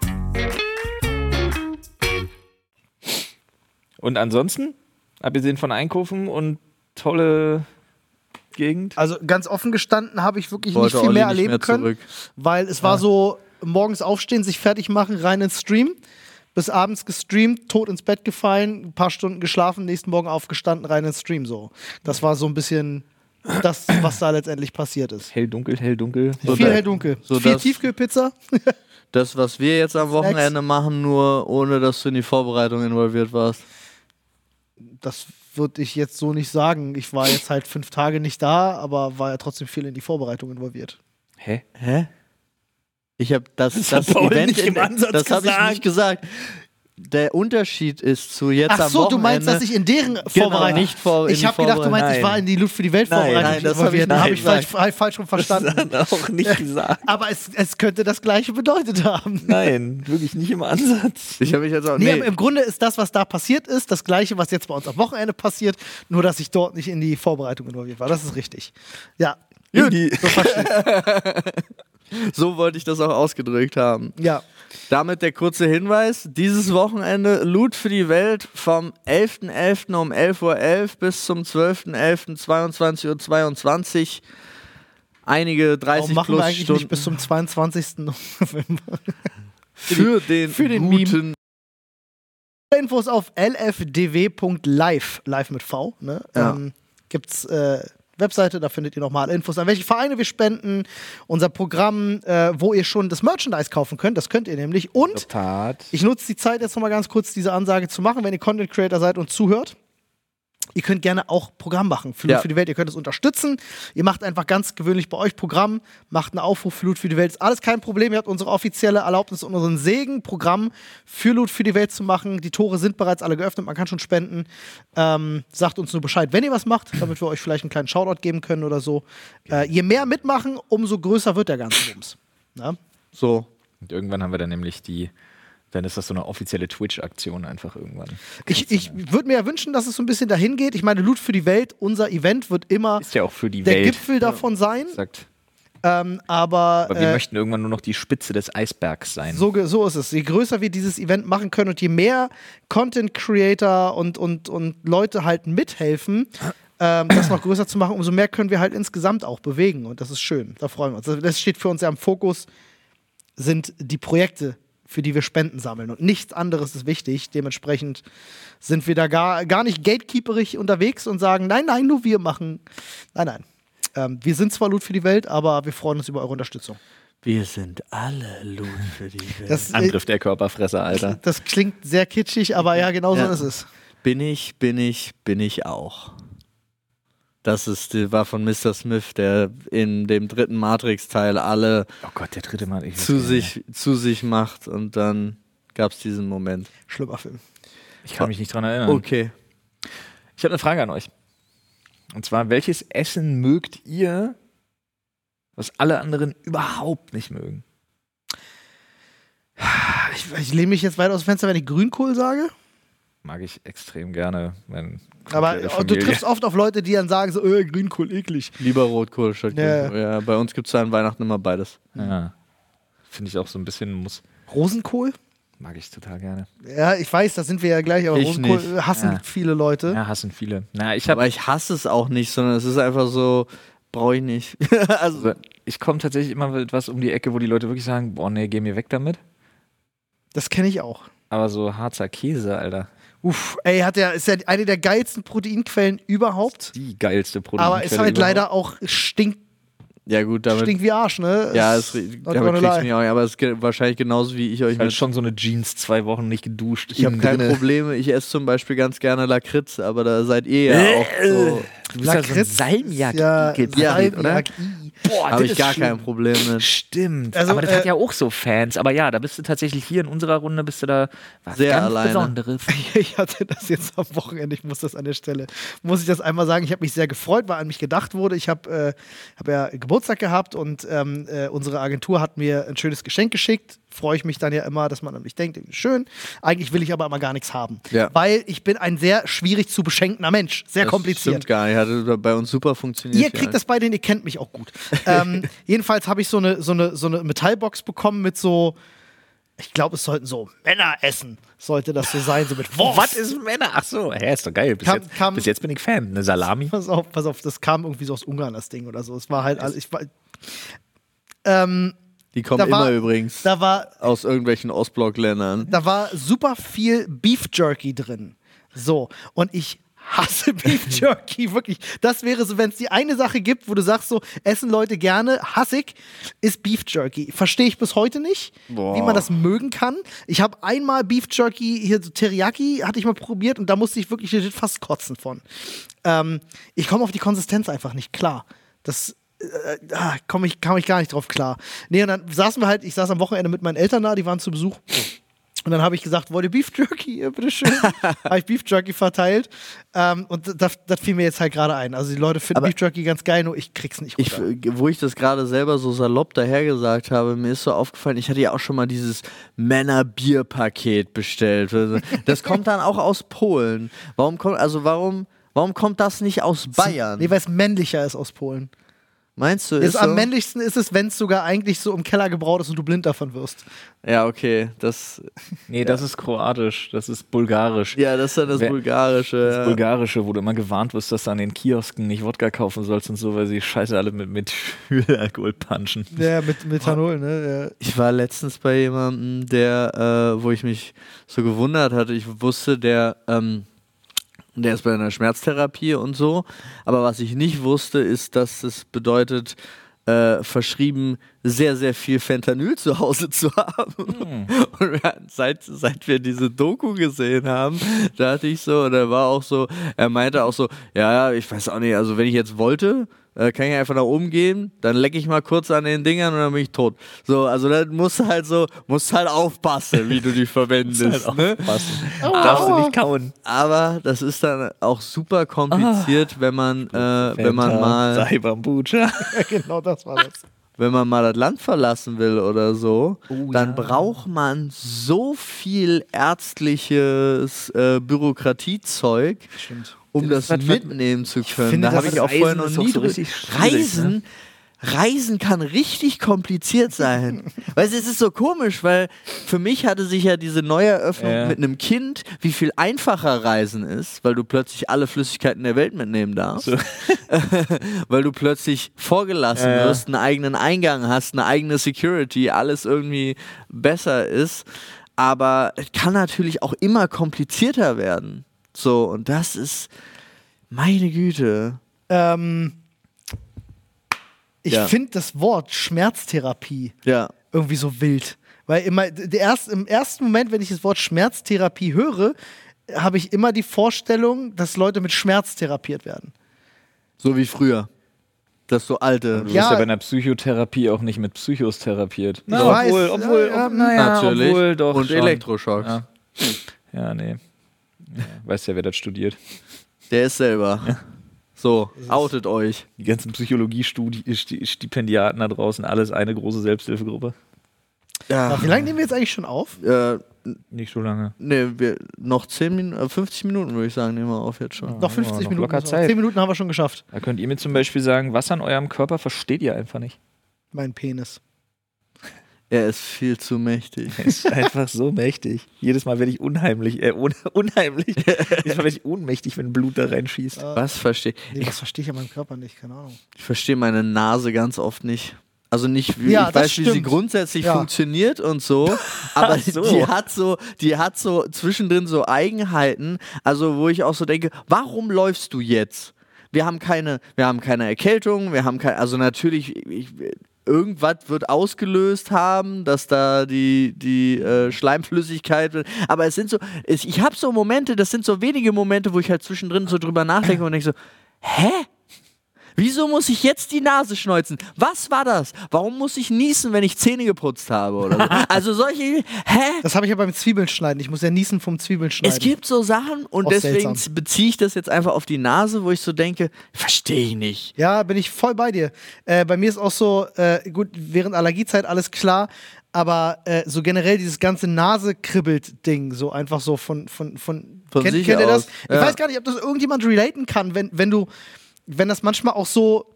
Und ansonsten, abgesehen von Einkaufen und tolle Gegend. Also ganz offen gestanden habe ich wirklich Wollte nicht viel Olli mehr nicht erleben mehr können, zurück. weil es war so morgens aufstehen, sich fertig machen, rein ins Stream, bis abends gestreamt, tot ins Bett gefallen, ein paar Stunden geschlafen, nächsten Morgen aufgestanden, rein ins Stream so. Das war so ein bisschen das, was da letztendlich passiert ist. Hell dunkel, hell dunkel. viel hell dunkel, so viel das- Tiefkühlpizza. Das, was wir jetzt am Wochenende machen, nur ohne dass du in die Vorbereitung involviert warst. Das würde ich jetzt so nicht sagen. Ich war jetzt halt fünf Tage nicht da, aber war ja trotzdem viel in die Vorbereitung involviert. Hä? Hä? Ich habe das, das, hat Paul Event nicht im in- Ansatz das habe ich gesagt. nicht gesagt. Der Unterschied ist zu jetzt Ach am so, Wochenende. Genau, du meinst, dass ich in deren Vorbereitung nicht vor- in Ich die habe gedacht, du meinst, ich Vorbereitung. war in die Luft für die Welt Nein, vorbereitet. nein, das hab ich involviert. nicht Hab ich falsch, gesagt. falsch, falsch schon verstanden. hat er auch nicht gesagt. Aber es, es könnte das Gleiche bedeutet haben. Nein, wirklich nicht im Ansatz. ich habe mich jetzt auch Nee, nee, aber im Grunde ist das, was da passiert ist, das Gleiche, was jetzt bei uns am Wochenende passiert, nur dass ich dort nicht in die Vorbereitung involviert war. Das ist richtig. Ja, Gut. so verstehe ich. so wollte ich das auch ausgedrückt haben. Ja. Damit der kurze Hinweis: Dieses Wochenende Loot für die Welt vom 11.11. um 11.11 Uhr bis zum 12.11. 22.22 Uhr. Einige 30 Warum machen wir plus eigentlich Stunden nicht bis zum 22. November? für den, für den Meme. guten Infos auf lfdw.live, live mit V, ne? Ja. Ähm, gibt's äh, Webseite, da findet ihr nochmal alle Infos, an welche Vereine wir spenden, unser Programm, äh, wo ihr schon das Merchandise kaufen könnt, das könnt ihr nämlich. Und Tat. ich nutze die Zeit jetzt nochmal ganz kurz, diese Ansage zu machen, wenn ihr Content Creator seid und zuhört. Ihr könnt gerne auch Programm machen. Flut Ja. für die Welt, ihr könnt es unterstützen. Ihr macht einfach ganz gewöhnlich bei euch Programm, macht einen Aufruf für Loot für die Welt. Ist alles kein Problem. Ihr habt unsere offizielle Erlaubnis und unseren Segen, Programm für Loot für die Welt zu machen. Die Tore sind bereits alle geöffnet, man kann schon spenden. Ähm, sagt uns nur Bescheid, wenn ihr was macht, damit wir euch vielleicht einen kleinen Shoutout geben können oder so. Äh, je mehr mitmachen, umso größer wird der ganze Bums. Na? So. Und irgendwann haben wir dann nämlich die, dann ist das so eine offizielle Twitch-Aktion einfach irgendwann. Ich, ich würde mir ja wünschen, dass es so ein bisschen dahin geht. Ich meine, Loot für die Welt, unser Event wird immer Ist ja auch für die der Welt. Gipfel davon sein. Sagt. Ähm, aber Aber wir äh, möchten irgendwann nur noch die Spitze des Eisbergs sein. so, ge- so ist es. Je größer wir dieses Event machen können und je mehr Content Creator und, und, und Leute halt mithelfen, ähm, das noch größer zu machen, umso mehr können wir halt insgesamt auch bewegen. Und das ist schön. Da freuen wir uns. Das steht für uns ja im Fokus, sind die Projekte, für die wir Spenden sammeln. Und nichts anderes ist wichtig. Dementsprechend sind wir da gar, gar nicht gatekeeperig unterwegs und sagen, nein, nein, nur wir machen. Nein, nein. Ähm, wir sind zwar Loot für die Welt, aber wir freuen uns über eure Unterstützung. Wir sind alle Loot für die Welt. Das, äh, Angriff der Körperfresser, Alter. Das klingt sehr kitschig, aber ja, genau Ja. so ist es. Bin ich, bin ich, bin ich auch. Das ist, die- war von Mr. Smith, der in dem dritten Matrix-Teil alle Oh Gott, der dritte Mal. Ich zu sich, zu sich macht und dann gab es diesen Moment. Schlimmer Film. Ich kann mich nicht dran erinnern. Okay. Ich habe eine Frage an euch. Und zwar, welches Essen mögt ihr, was alle anderen überhaupt nicht mögen? Ich, ich lehne mich jetzt weit aus dem Fenster, wenn ich Grünkohl sage. Mag ich extrem gerne. Mein Aber oh, komplette du Familie. triffst oft auf Leute, die dann sagen so, äh, Grünkohl eklig. Lieber Rotkohl statt Ja. Grünkohl. Ja, bei uns gibt es ja an Weihnachten immer beides. Ja. Finde ich auch so ein bisschen muss. Rosenkohl? Mag ich total gerne. Ja, ich weiß, da sind wir ja gleich, aber Ich Rosenkohl nicht. äh, hassen Ja. viele Leute. Ja, hassen viele. Na, ich Aber habe. ich hasse es auch nicht, sondern es ist einfach so, brauche ich nicht. also, Ich komme tatsächlich immer mit was um die Ecke, wo die Leute wirklich sagen: Boah, nee, geh mir weg damit. Das kenne ich auch. Aber so harzer Käse, Alter. Uff, ey, hat der, ist ja eine der geilsten Proteinquellen überhaupt. Die geilste Produktion. Aber ist halt leider auch stinkt, ja gut, damit. stinkt wie Arsch, ne? ja, Ist es, damit not gonna kriegst du lie. mich auch, nicht, aber es geht wahrscheinlich genauso wie ich euch Halt mit schon so eine Jeans, zwei Wochen nicht geduscht. Ich habe Innen keine drinne. Probleme. Ich esse zum Beispiel ganz gerne Lakritz, aber da seid ihr Äh, Äh, ja auch so. Du bist ja so ein Lakritz Salmiak. ja, ja, Salmiak, oder? i. Boah, das Habe ich ist gar schlimm. kein Problem mit. Stimmt. Also, aber das hat äh, ja auch so Fans. Aber ja, da bist du tatsächlich hier in unserer Runde, bist du da was Sehr ganz alleine. Besonderes. Ich hatte das jetzt am Wochenende, ich muss das an der Stelle, muss ich das einmal sagen. Ich habe mich sehr gefreut, weil an mich gedacht wurde. Ich habe äh, hab ja Geburtstag gehabt und ähm, äh, unsere Agentur hat mir ein schönes Geschenk geschickt. Freue ich mich dann ja immer, dass man an mich denkt, irgendwie schön. Eigentlich will ich aber immer gar nichts haben, Ja. weil ich bin ein sehr schwierig zu beschenkender Mensch, sehr kompliziert. Stimmt gar nicht. Hat bei uns super funktioniert. Ihr kriegt das bei denen, ihr kennt mich auch gut. ähm, jedenfalls habe ich so eine, so, eine, so eine Metallbox bekommen mit so, ich glaube, es sollten so Männer essen, sollte das so sein, so mit Wurst. Was ist Männer? Ach so, hä, ist doch geil. Bis, Kam- jetzt, kam- bis jetzt bin ich Fan. Eine Salami. Pass auf, pass auf, das kam irgendwie so aus Ungarn, das Ding oder so. Es war halt, alles- ich war, ähm, Die kommen Da war- immer übrigens da war, aus irgendwelchen Ostblockländern. da war super viel Beef Jerky drin. So, und ich hasse Beef Jerky, wirklich. Das wäre so, wenn es die eine Sache gibt, wo du sagst, so, essen Leute gerne, hassig, ist Beef Jerky. Verstehe ich bis heute nicht, wie man das mögen kann. Ich habe einmal Beef Jerky, hier so Teriyaki, hatte ich mal probiert und da musste ich wirklich legit fast kotzen von. Ähm, ich komme auf die Konsistenz einfach nicht klar. Das äh, ah, komm ich, kam ich gar nicht drauf klar. Nee, und dann saßen wir halt, ich saß am Wochenende mit meinen Eltern da, die waren zu Besuch. Und dann habe ich gesagt, wollt ihr Beef Jerky? Ja, bitteschön. habe ich Beef Jerky verteilt. Ähm, und das, das fiel mir jetzt halt gerade ein. Also die Leute finden Beef Jerky ganz geil, nur ich krieg's nicht Ich, runter. Äh, wo ich das gerade selber so salopp dahergesagt habe, mir ist so aufgefallen, ich hatte ja auch schon mal dieses Männerbierpaket bestellt. Also, Das kommt dann auch aus Polen. Warum kommt, also warum, warum kommt das nicht aus Bayern? Nee, weil es männlicher ist aus Polen. Meinst du, Ist ist am so? männlichsten ist es, wenn es sogar eigentlich so im Keller gebraut ist und du blind davon wirst. Ja, okay. Das, Nee, das ist kroatisch. Das ist bulgarisch. ja, das ist dann das Wer- Bulgarische. äh, Das ja. Bulgarische, wo du immer gewarnt wirst, dass du an den Kiosken nicht Wodka kaufen sollst und so, weil sie scheiße alle mit Methylalkohol punchen. Ja, mit Methanol, ne? Ich war letztens bei jemandem, der, äh, wo ich mich so gewundert hatte. Ich wusste, der, ähm, der ist bei einer Schmerztherapie und so. Aber was ich nicht wusste, ist, dass es bedeutet, äh, verschrieben sehr, sehr viel Fentanyl zu Hause zu haben. Und wir hatten, seit, seit wir diese Doku gesehen haben, dachte ich so, und er war auch so, er meinte auch so, ja, ja, ich weiß auch nicht, also wenn ich jetzt wollte, äh, kann ich einfach nach oben gehen, dann lecke ich mal kurz an den Dingern und dann bin ich tot. So, also dann musst du halt so, musst halt aufpassen, wie du die verwendest. ne? Darfst du nicht kauen. Aber das ist dann auch super Ah. kompliziert, wenn man, äh, wenn man mal. Cyberbutcher. genau das war das. wenn man mal das Land verlassen will oder so, Oh, dann braucht man so viel ärztliches äh, Bürokratiezeug, um das, mitnehmen zu können. finde, Ähm, Da habe das ich auch Reisen vorher noch ist doch nie ne? so drü- richtig schwierig, Reisen. Reisen kann richtig kompliziert sein. weißt du, es ist so komisch, weil für mich hatte sich ja diese Neueröffnung Ja. mit einem Kind, wie viel einfacher Reisen ist, weil du plötzlich alle Flüssigkeiten der Welt mitnehmen darfst. weil du plötzlich vorgelassen Ja, ja. wirst, einen eigenen Eingang hast, eine eigene Security, alles irgendwie besser ist. Aber es kann natürlich auch immer komplizierter werden. So, und das ist meine Güte. Ähm, ich Ja. finde das Wort Schmerztherapie Ja. irgendwie so wild. Weil immer, der erst, im ersten Moment, wenn ich das Wort Schmerztherapie höre, habe ich immer die Vorstellung, dass Leute mit Schmerz therapiert werden. So wie früher. Das so alte. Du Ja. wirst ja bei einer Psychotherapie auch nicht mit Psychos therapiert. Na, ich obwohl, weiß, obwohl, ja, ob, ja, naja, Natürlich. obwohl doch und schon. Elektroschocks. Ja. Ja, nee. Ja, weiß ja, wer das studiert. Der ist selber. So, outet euch. Die ganzen Psychologie-Stipendiaten da draußen, alles eine große Selbsthilfegruppe. Ja. Aber wie lange nehmen wir jetzt eigentlich schon auf? Äh, Nicht so lange. ne, wir, noch 10 Min äh, 50 Minuten würde ich sagen, nehmen wir auf jetzt schon. Ah, Noch 50 noch Minuten. locker so. Zeit. 10 Minuten haben wir schon geschafft. Da könnt ihr mir zum Beispiel sagen, was an eurem Körper versteht ihr einfach nicht. Mein Penis. Er ist viel zu mächtig. Ist einfach so mächtig. Jedes Mal werde ich unheimlich, äh, un unheimlich. Jedes Mal werde ich ohnmächtig, wenn Blut da reinschießt. Was verstehe Nee, das verstehe ich an meinem Körper nicht, keine Ahnung. Ich verstehe meine Nase ganz oft nicht. Also nicht, wie, Ja, ich das weiß, wie sie stimmt. grundsätzlich Ja. funktioniert und so, aber so. die hat so, die hat so zwischendrin so Eigenheiten, also wo ich auch so denke, warum läufst du jetzt? Wir haben keine, wir haben keine Erkältung, wir haben keine, also natürlich, ich, irgendwas wird ausgelöst haben, dass da die, die äh, Schleimflüssigkeit, wird. aber es sind so, es, ich habe so Momente, das sind so wenige Momente, wo ich halt zwischendrin so drüber nachdenke und denke so, hä? Wieso muss ich jetzt die Nase schneuzen? Was war das? Warum muss ich niesen, wenn ich Zähne geputzt habe oder so? Also solche, hä? Das habe ich ja beim Zwiebeln schneiden. Ich muss ja niesen vom Zwiebeln schneiden. Es gibt so Sachen und Auch deswegen seltsam. beziehe ich das jetzt einfach auf die Nase, wo ich so denke, verstehe ich nicht. Ja, bin ich voll bei dir. Äh, bei mir ist auch so, äh, gut, während Allergiezeit alles klar, aber äh, so generell dieses ganze Nase-Kribbelt-Ding, so einfach so von. von, von, Von sich ihr das? aus, Ich ja. weiß gar nicht, ob das irgendjemand relaten kann, wenn, wenn du, wenn das manchmal auch so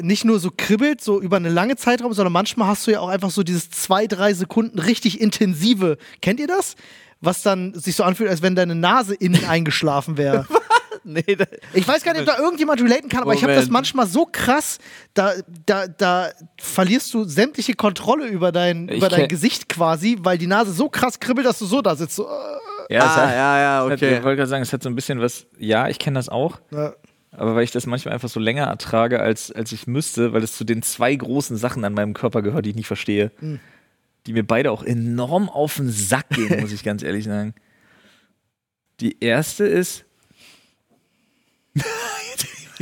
nicht nur so kribbelt, so über eine lange Zeitraum, sondern manchmal hast du ja auch einfach so dieses zwei, drei Sekunden richtig intensive. Kennt ihr das? Was dann sich so anfühlt, als wenn deine Nase innen eingeschlafen wäre. Nee, da, Ich weiß gar nicht, ob da irgendjemand relaten kann, aber ich habe Moment. das manchmal so krass, da, da, da verlierst du sämtliche Kontrolle über dein, Ich über dein kenn- Gesicht quasi, weil die Nase so krass kribbelt, dass du so da sitzt. So, äh, Ja, es ah, hat- ja, ja, hat- Ich okay. wollte gerade sagen, es hat so ein bisschen was, ja, ich kenne das auch, Ja. aber weil ich das manchmal einfach so länger ertrage, als, als ich müsste, weil es zu den zwei großen Sachen an meinem Körper gehört, die ich nicht verstehe. Hm. Die mir beide auch enorm auf den Sack gehen, muss ich ganz ehrlich sagen. Die erste ist.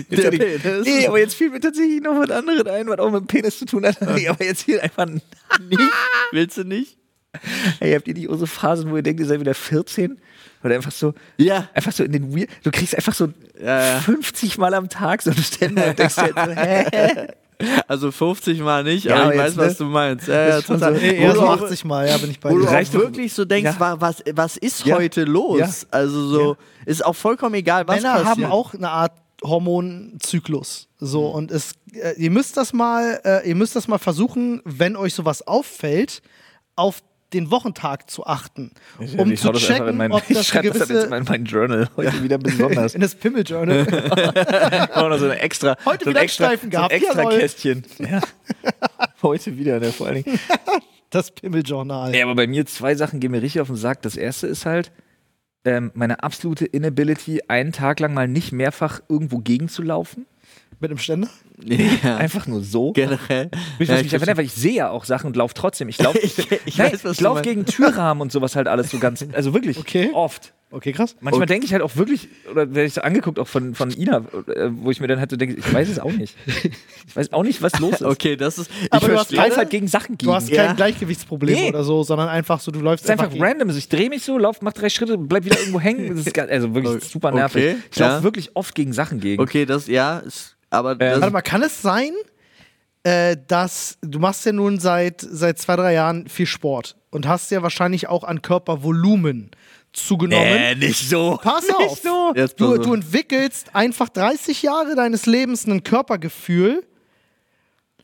Der Penis. Nee, aber jetzt fiel mir tatsächlich noch was anderes ein, was auch mit dem Penis zu tun hat. Nee, aber jetzt hier einfach ein Willst du nicht? Ey, habt ihr nicht auch so Also, Phasen, wo ihr denkt, ihr seid wieder 14? Oder einfach so, Ja. einfach so in den Weird. Du kriegst einfach so Ja, ja. 50 Mal am Tag so eine Stände und denkst dir jetzt so, hä? Also 50 Mal nicht, Ja, aber aber ich weiß, jetzt, ne? was du meinst. Ja, ja, total. eher Wo so du auch- also, 80 Mal, ja, bin ich bei Wo du dir. auch wirklich so denkst, Ja. wa- was, was ist heute los? Ja. Also so, ist auch vollkommen egal, was Männer haben passiert. auch eine Art Hormonzyklus. So, Hm. und es, äh, ihr müsst das mal, äh, ihr müsst das mal versuchen, wenn euch sowas auffällt, auf den Wochentag zu achten. Um ich zu hau das einfach in checken, mein, ob ich das eine schreibe das dann jetzt gewisse. mal in mein Journal heute wieder besonders. in das Pimmel-Journal. Auch noch so ein extra, Heute so ein wieder extra, Streifen gehabt, so ein extra jawohl. Kästchen. Ja. Heute wieder, ne, vor allen Dingen. Das Pimmel-Journal. Ja, aber bei mir zwei Sachen gehen mir richtig auf den Sack. Das erste ist halt ähm, meine absolute Inability, einen Tag lang mal nicht mehrfach irgendwo gegenzulaufen. Mit einem Ständer? Ja. Einfach nur so. Generell. Mich, Ja, was ich mich einfach nervt, weil ich sehe ja auch Sachen und laufe trotzdem. Ich laufe ich, ich nein, weiß, was ich du lauf meinst. gegen Türrahmen und sowas halt alles so ganz. Also wirklich Okay. oft. Okay, krass. Manchmal denke ich halt auch wirklich, oder werde ich so angeguckt auch von, von Ina, äh, wo ich mir dann halt so denke, ich weiß es auch nicht. Ich weiß auch nicht, was los ist. Okay, das ist. Ich Aber du hast Ich verstehe. laufe halt gegen Sachen gegen. Du hast Ja. kein Gleichgewichtsproblem Nee. oder so, sondern einfach so, du läufst Das ist einfach gegen- random. Also ich drehe mich so, lauf, mach drei Schritte, bleib wieder irgendwo hängen. Das ist gar, also wirklich Okay, super nervig. ich laufe ja. wirklich oft gegen Sachen gegen. Ähm, Okay, das, ja, ist, aber das, Also, Warte mal, kann es sein, äh, dass du machst ja nun seit, seit zwei, drei Jahren viel Sport und hast ja wahrscheinlich auch an Körpervolumen zugenommen. nicht so. Pass auf! Jetzt Du, pass du auf. entwickelst einfach 30 Jahre deines Lebens ein Körpergefühl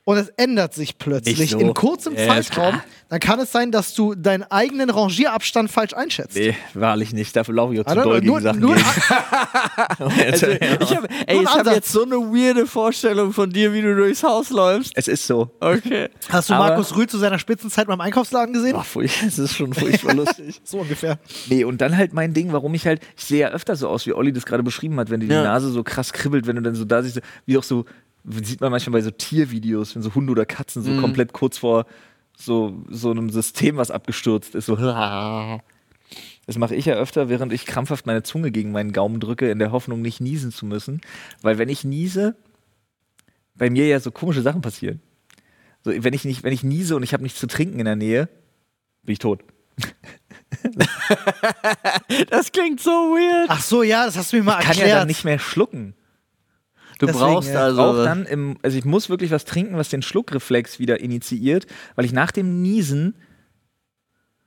und es ändert sich plötzlich Nicht so. in kurzem Ja, ist Zeitraum. Dann kann es sein, dass du deinen eigenen Rangierabstand falsch einschätzt. Nee, wahrlich nicht. Dafür laufe ich auch I zu don't know, doll gegen nur, Sachen nur, gegen. Also, ich hab, ey, Nur ich habe Ansatz. jetzt so eine weirde Vorstellung von dir, wie du durchs Haus läufst. Es ist so. Okay. hast du Aber- Markus Rühl zu seiner Spitzenzeit beim Einkaufsladen gesehen? Ach, furch- es ist schon furchtbar lustig. So ungefähr. Nee, und dann halt mein Ding, warum ich halt, ich sehe ja öfter so aus, wie Olli das gerade beschrieben hat, wenn dir die Ja. Nase so krass kribbelt, wenn du dann so da siehst, wie auch so, sieht man manchmal bei so Tiervideos, wenn so Hunde oder Katzen so komplett kurz vor so, so einem System, was abgestürzt ist, so. Das mache ich ja öfter, während ich krampfhaft meine Zunge gegen meinen Gaumen drücke, in der Hoffnung, nicht niesen zu müssen. Weil wenn ich niese, bei mir ja so komische Sachen passieren. So, wenn ich nicht, wenn ich niese und ich habe nichts zu trinken in der Nähe, bin ich tot. Das klingt so weird. Ach so, ja, das hast du mir mal Kann erklärt. ja dann nicht mehr schlucken. Du Deswegen, brauchst ja. also. auch dann im, also ich muss wirklich was trinken, was den Schluckreflex wieder initiiert, weil ich nach dem Niesen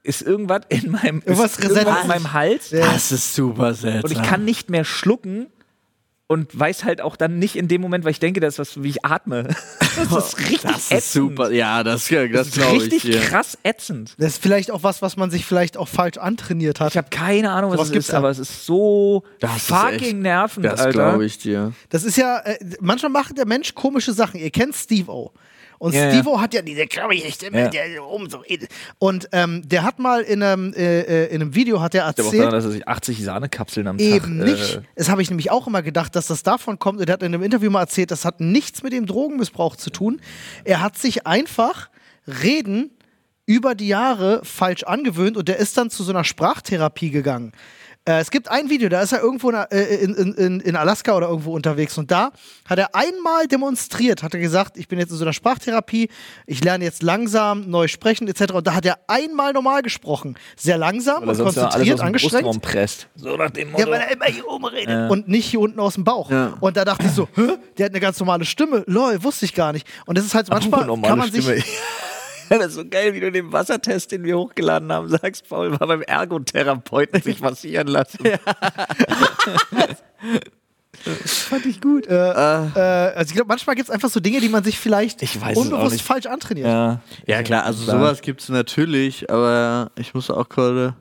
ist irgendwas in meinem, ist Irgendwas resettet irgendwas sich. in meinem Hals das ist super seltsam. und ich kann nicht mehr schlucken und weiß halt auch dann nicht in dem Moment, weil ich denke, das ist was, wie ich atme. Oh, Das ist richtig Das ätzend. ist super. Ja, das, das, Das ist glaube ich richtig dir. krass ätzend. Das ist vielleicht auch was, was man sich vielleicht auch falsch antrainiert hat. Ich habe keine Ahnung, was, Sowas es gibt's ist, ja. aber es ist so Das ist fucking echt- nervend, Das Alter. glaube ich dir. Das ist ja, äh, manchmal macht der Mensch komische Sachen. Ihr kennt Steve-O. Und Ja, ja. Steve-O hat ja diese ich Stimme, Ja. der um so. Und ähm, der hat mal in einem, äh, äh, in einem Video hat er Ich glaube auch daran, erzählt, dass ich 80 Sahnekapseln am eben Tag... nicht. Äh, Das habe ich nämlich auch immer gedacht, dass das davon kommt. Und er hat in einem Interview mal erzählt, das hat nichts mit dem Drogenmissbrauch zu tun. Er hat sich einfach reden über die Jahre falsch angewöhnt und der ist dann zu so einer Sprachtherapie gegangen. Äh, es gibt ein Video, da ist er irgendwo in, äh, in, in- in, in Alaska oder irgendwo unterwegs und da hat er einmal demonstriert, hat er gesagt, ich bin jetzt in so einer Sprachtherapie, ich lerne jetzt langsam neu sprechen etc. Und da hat er einmal normal gesprochen, sehr langsam und sonst alles aus konzentriert, dem angestrengt. Brustraum presst. So nach dem Ja, Motto. weil er immer hier oben redet und nicht hier unten aus dem Bauch. Ja. Und da dachte ich so, Hä? der hat eine ganz normale Stimme. Lol, wusste ich gar nicht. Und das ist halt manchmal, Apropos kann man sich, Stimme. Ja, das ist so geil, wie du den Wassertest, den wir hochgeladen haben, sagst, Paul war beim Ergotherapeuten sich massieren lassen. äh, also ich glaube, manchmal gibt es einfach so Dinge, die man sich vielleicht Ah. weiß es auch unbewusst nicht. falsch antrainiert. Ja. Ja, klar, also sowas gibt es natürlich, aber ich muss auch gerade.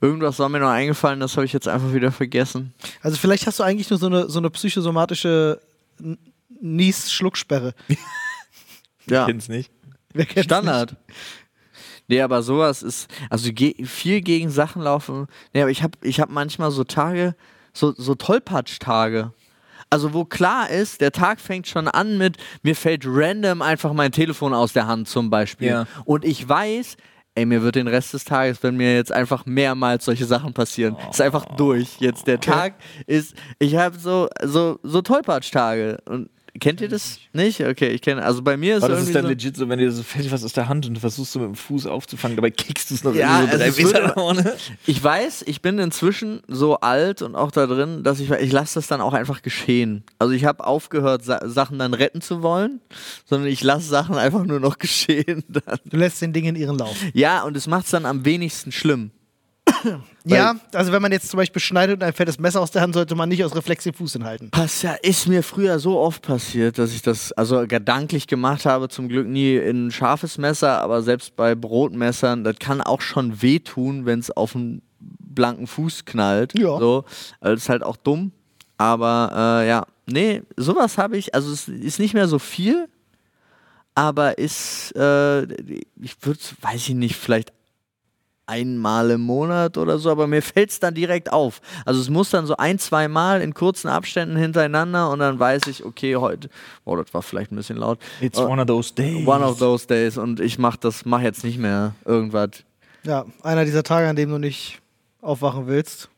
Irgendwas war mir noch eingefallen, das habe ich jetzt einfach wieder vergessen. Also vielleicht hast du eigentlich nur so eine, so eine psychosomatische N- Nies-Schlucksperre. Ja, Kenn's nicht. Wer kennt's Standard. Nee, aber sowas ist. Also ge viel gegen Sachen laufen. Nee, aber ich habe ich hab manchmal so Tage, so, so Tollpatsch-Tage. Also wo klar ist, der Tag fängt schon an mit, mir fällt random einfach mein Telefon aus der Hand zum Beispiel. Ja. Und ich weiß, ey, mir wird den Rest des Tages, wenn mir jetzt einfach mehrmals solche Sachen passieren, ist einfach durch. Jetzt der Tag ist, ich habe so, so, so Tollpatsch-Tage. Und kennt ihr das nicht? Okay, ich kenne, also bei mir ist Aber das irgendwie ist dann so, legit so, wenn dir so fällt was aus der Hand und du versuchst so mit dem Fuß aufzufangen, dabei kickst du es noch Ja, irgendwie so drei also es wird Meter nach aber- vorne. Ich weiß, ich bin inzwischen so alt und auch da drin, dass ich, ich lasse das dann auch einfach geschehen. Also ich habe aufgehört, Sa Sachen dann retten zu wollen, sondern ich lasse Sachen einfach nur noch geschehen. Dann. nicht? Du lässt den Dingen ihren Lauf. Ja, und es macht es dann am wenigsten schlimm. Ja, also wenn man jetzt zum Beispiel schneidet und einem fällt das Messer aus der Hand, sollte man nicht aus Reflex den Fuß hinhalten. Pass ja, ist mir früher so oft passiert, dass ich das also gedanklich gemacht habe. Zum Glück nie in ein scharfes Messer, aber selbst bei Brotmessern, das kann auch schon wehtun, wenn es auf einen blanken Fuß knallt. Ja. So, also ist halt auch dumm. Aber äh, ja, nee, sowas habe ich. Also es ist nicht mehr so viel, aber ist, äh, ich würde, weiß ich nicht, vielleicht einmal im Monat oder so, aber mir fällt es dann direkt auf. Also es muss dann so ein, zwei Mal in kurzen Abständen hintereinander und dann weiß ich, okay, heute, boah, das war vielleicht ein bisschen laut. It's Äh, one of those days. One of those days und ich mach das, mach jetzt nicht mehr irgendwas. Ja, einer dieser Tage, an dem du nicht aufwachen willst.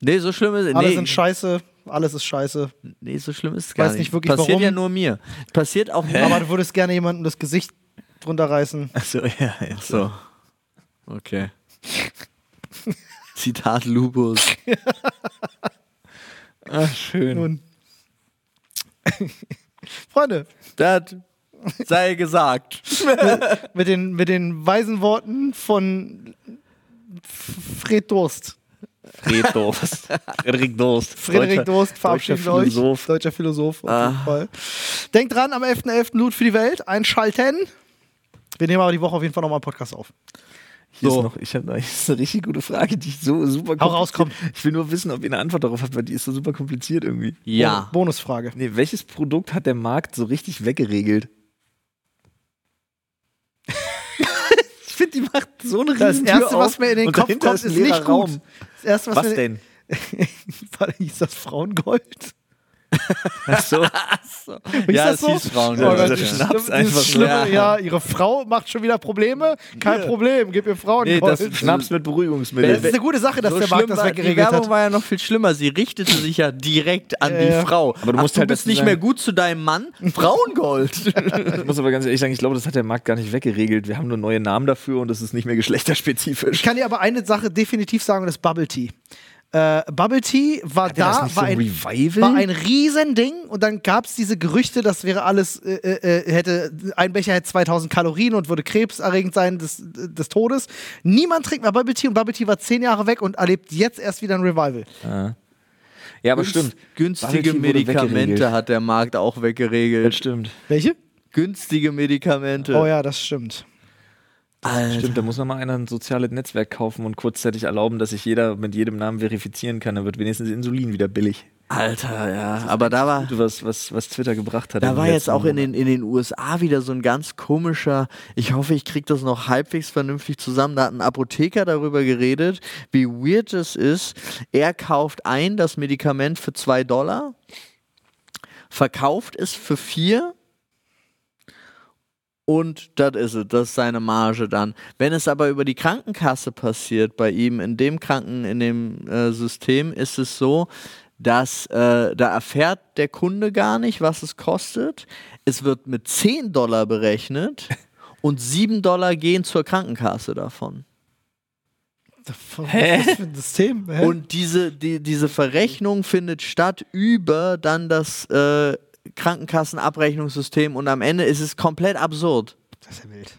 Nee, so schlimm ist Alle nee, sind scheiße, alles ist scheiße. Nee, so schlimm ist es gar Weiß nicht wirklich, Passiert warum. ja nur mir. Passiert auch mir. Aber du würdest gerne jemandem das Gesicht drunter reißen. Achso, ja, ja. so. Okay. Zitat Lubus. Ah, Ach, schön. Nun. Freunde, Das sei gesagt. mit den, mit den weisen Worten von F- Fred Durst. Fred Durst. Frederik Durst. Frederik Deutscher- Durst verabschieden wir deutscher euch. Philosoph. Ah. Deutscher Philosoph. Auf jeden Fall. Denkt dran, am 11.11. Loot für die Welt. Einschalten. Wir nehmen aber die Woche auf jeden Fall nochmal einen Podcast auf. Hier So. ist noch, ich habe noch hier ist eine richtig gute Frage, die ich so super Hau raus, komm. kompliziert- Ich will nur wissen, ob ihr eine Antwort darauf habt, weil die ist so super kompliziert irgendwie. Oh, Ja. Bon- Bonusfrage. Nee, welches Produkt hat der Markt so richtig weggeregelt? ich finde, die macht so eine Das riesen erste, Tür auf was mir in den und Kopf dahinter kommt, ein ist, leerer nicht gut. Das erste, was, Was mir denn? War- hieß das Frauengold? Achso, Hieß Ja, das es hieß Frauengold, Oh Gott, ja. dieses Schnaps Schlimme- dieses einfach nur. Schlimme, Ja. ja. ihre Frau macht schon wieder Probleme. Kein Problem, gib ihr Nee, Frauengold. das das, Schnaps mit ist Beruhigungsmittel. eine gute Sache, dass der schlimm Markt das war- die weggeregelt Werbung hat. war ja noch viel schlimmer. Sie richtete sich ja direkt an Ja, ja. die Frau. Aber du musst Ach, halt du bist dazu nicht sagen- mehr gut zu deinem Mann. Frauengold. Ich muss aber ganz ehrlich sagen, ich glaube, das hat der Markt gar nicht weggeregelt. Wir haben nur neue Namen dafür und das ist nicht mehr Ich geschlechterspezifisch. kann dir aber eine Sache definitiv sagen, und das ist Bubble Tea. Äh, Bubble Tea war da, war, ein, Revival? war ein Riesending und dann gab es diese Gerüchte, das wäre alles, äh, äh, hätte, ein Becher hätte 2000 Kalorien und würde krebserregend sein des, des Todes. Niemand trinkt mehr Bubble Tea und Bubble Tea war zehn Jahre weg und erlebt jetzt erst wieder ein Revival. ja, aber stimmt. Günstige Barbecue wurde Medikamente weggeregelt. hat der Markt auch Das weggeregelt. stimmt. Welche? Günstige Medikamente. Oh ja, das stimmt. Alter. Stimmt, da muss noch mal einer ein soziales Netzwerk kaufen und kurzzeitig erlauben, dass sich jeder mit jedem Namen verifizieren kann. Dann wird wenigstens Insulin wieder billig. Alter, ja. Aber da war, Gute, was, was, was Twitter gebracht hat. Da in war den jetzt letzten auch in Monaten. den, in den USA wieder so ein ganz komischer, ich hoffe, ich kriege das noch halbwegs vernünftig zusammen. Da hat ein Apotheker darüber geredet, wie weird es ist. Er kauft ein das Medikament für 2 Dollar, verkauft es für 4 und das ist es, das ist seine Marge dann. Wenn es aber über die Krankenkasse passiert bei ihm, in dem Kranken, in dem äh, System, ist es so, dass äh, da erfährt der Kunde gar nicht, was es kostet. Es wird mit 10 Dollar berechnet und 7 Dollar gehen zur Krankenkasse davon. Hä? Was ist das für ein System? Hä? Und diese, die, diese Verrechnung findet statt über dann das äh, Krankenkassenabrechnungssystem und am Ende ist es komplett absurd. das ist ja wild.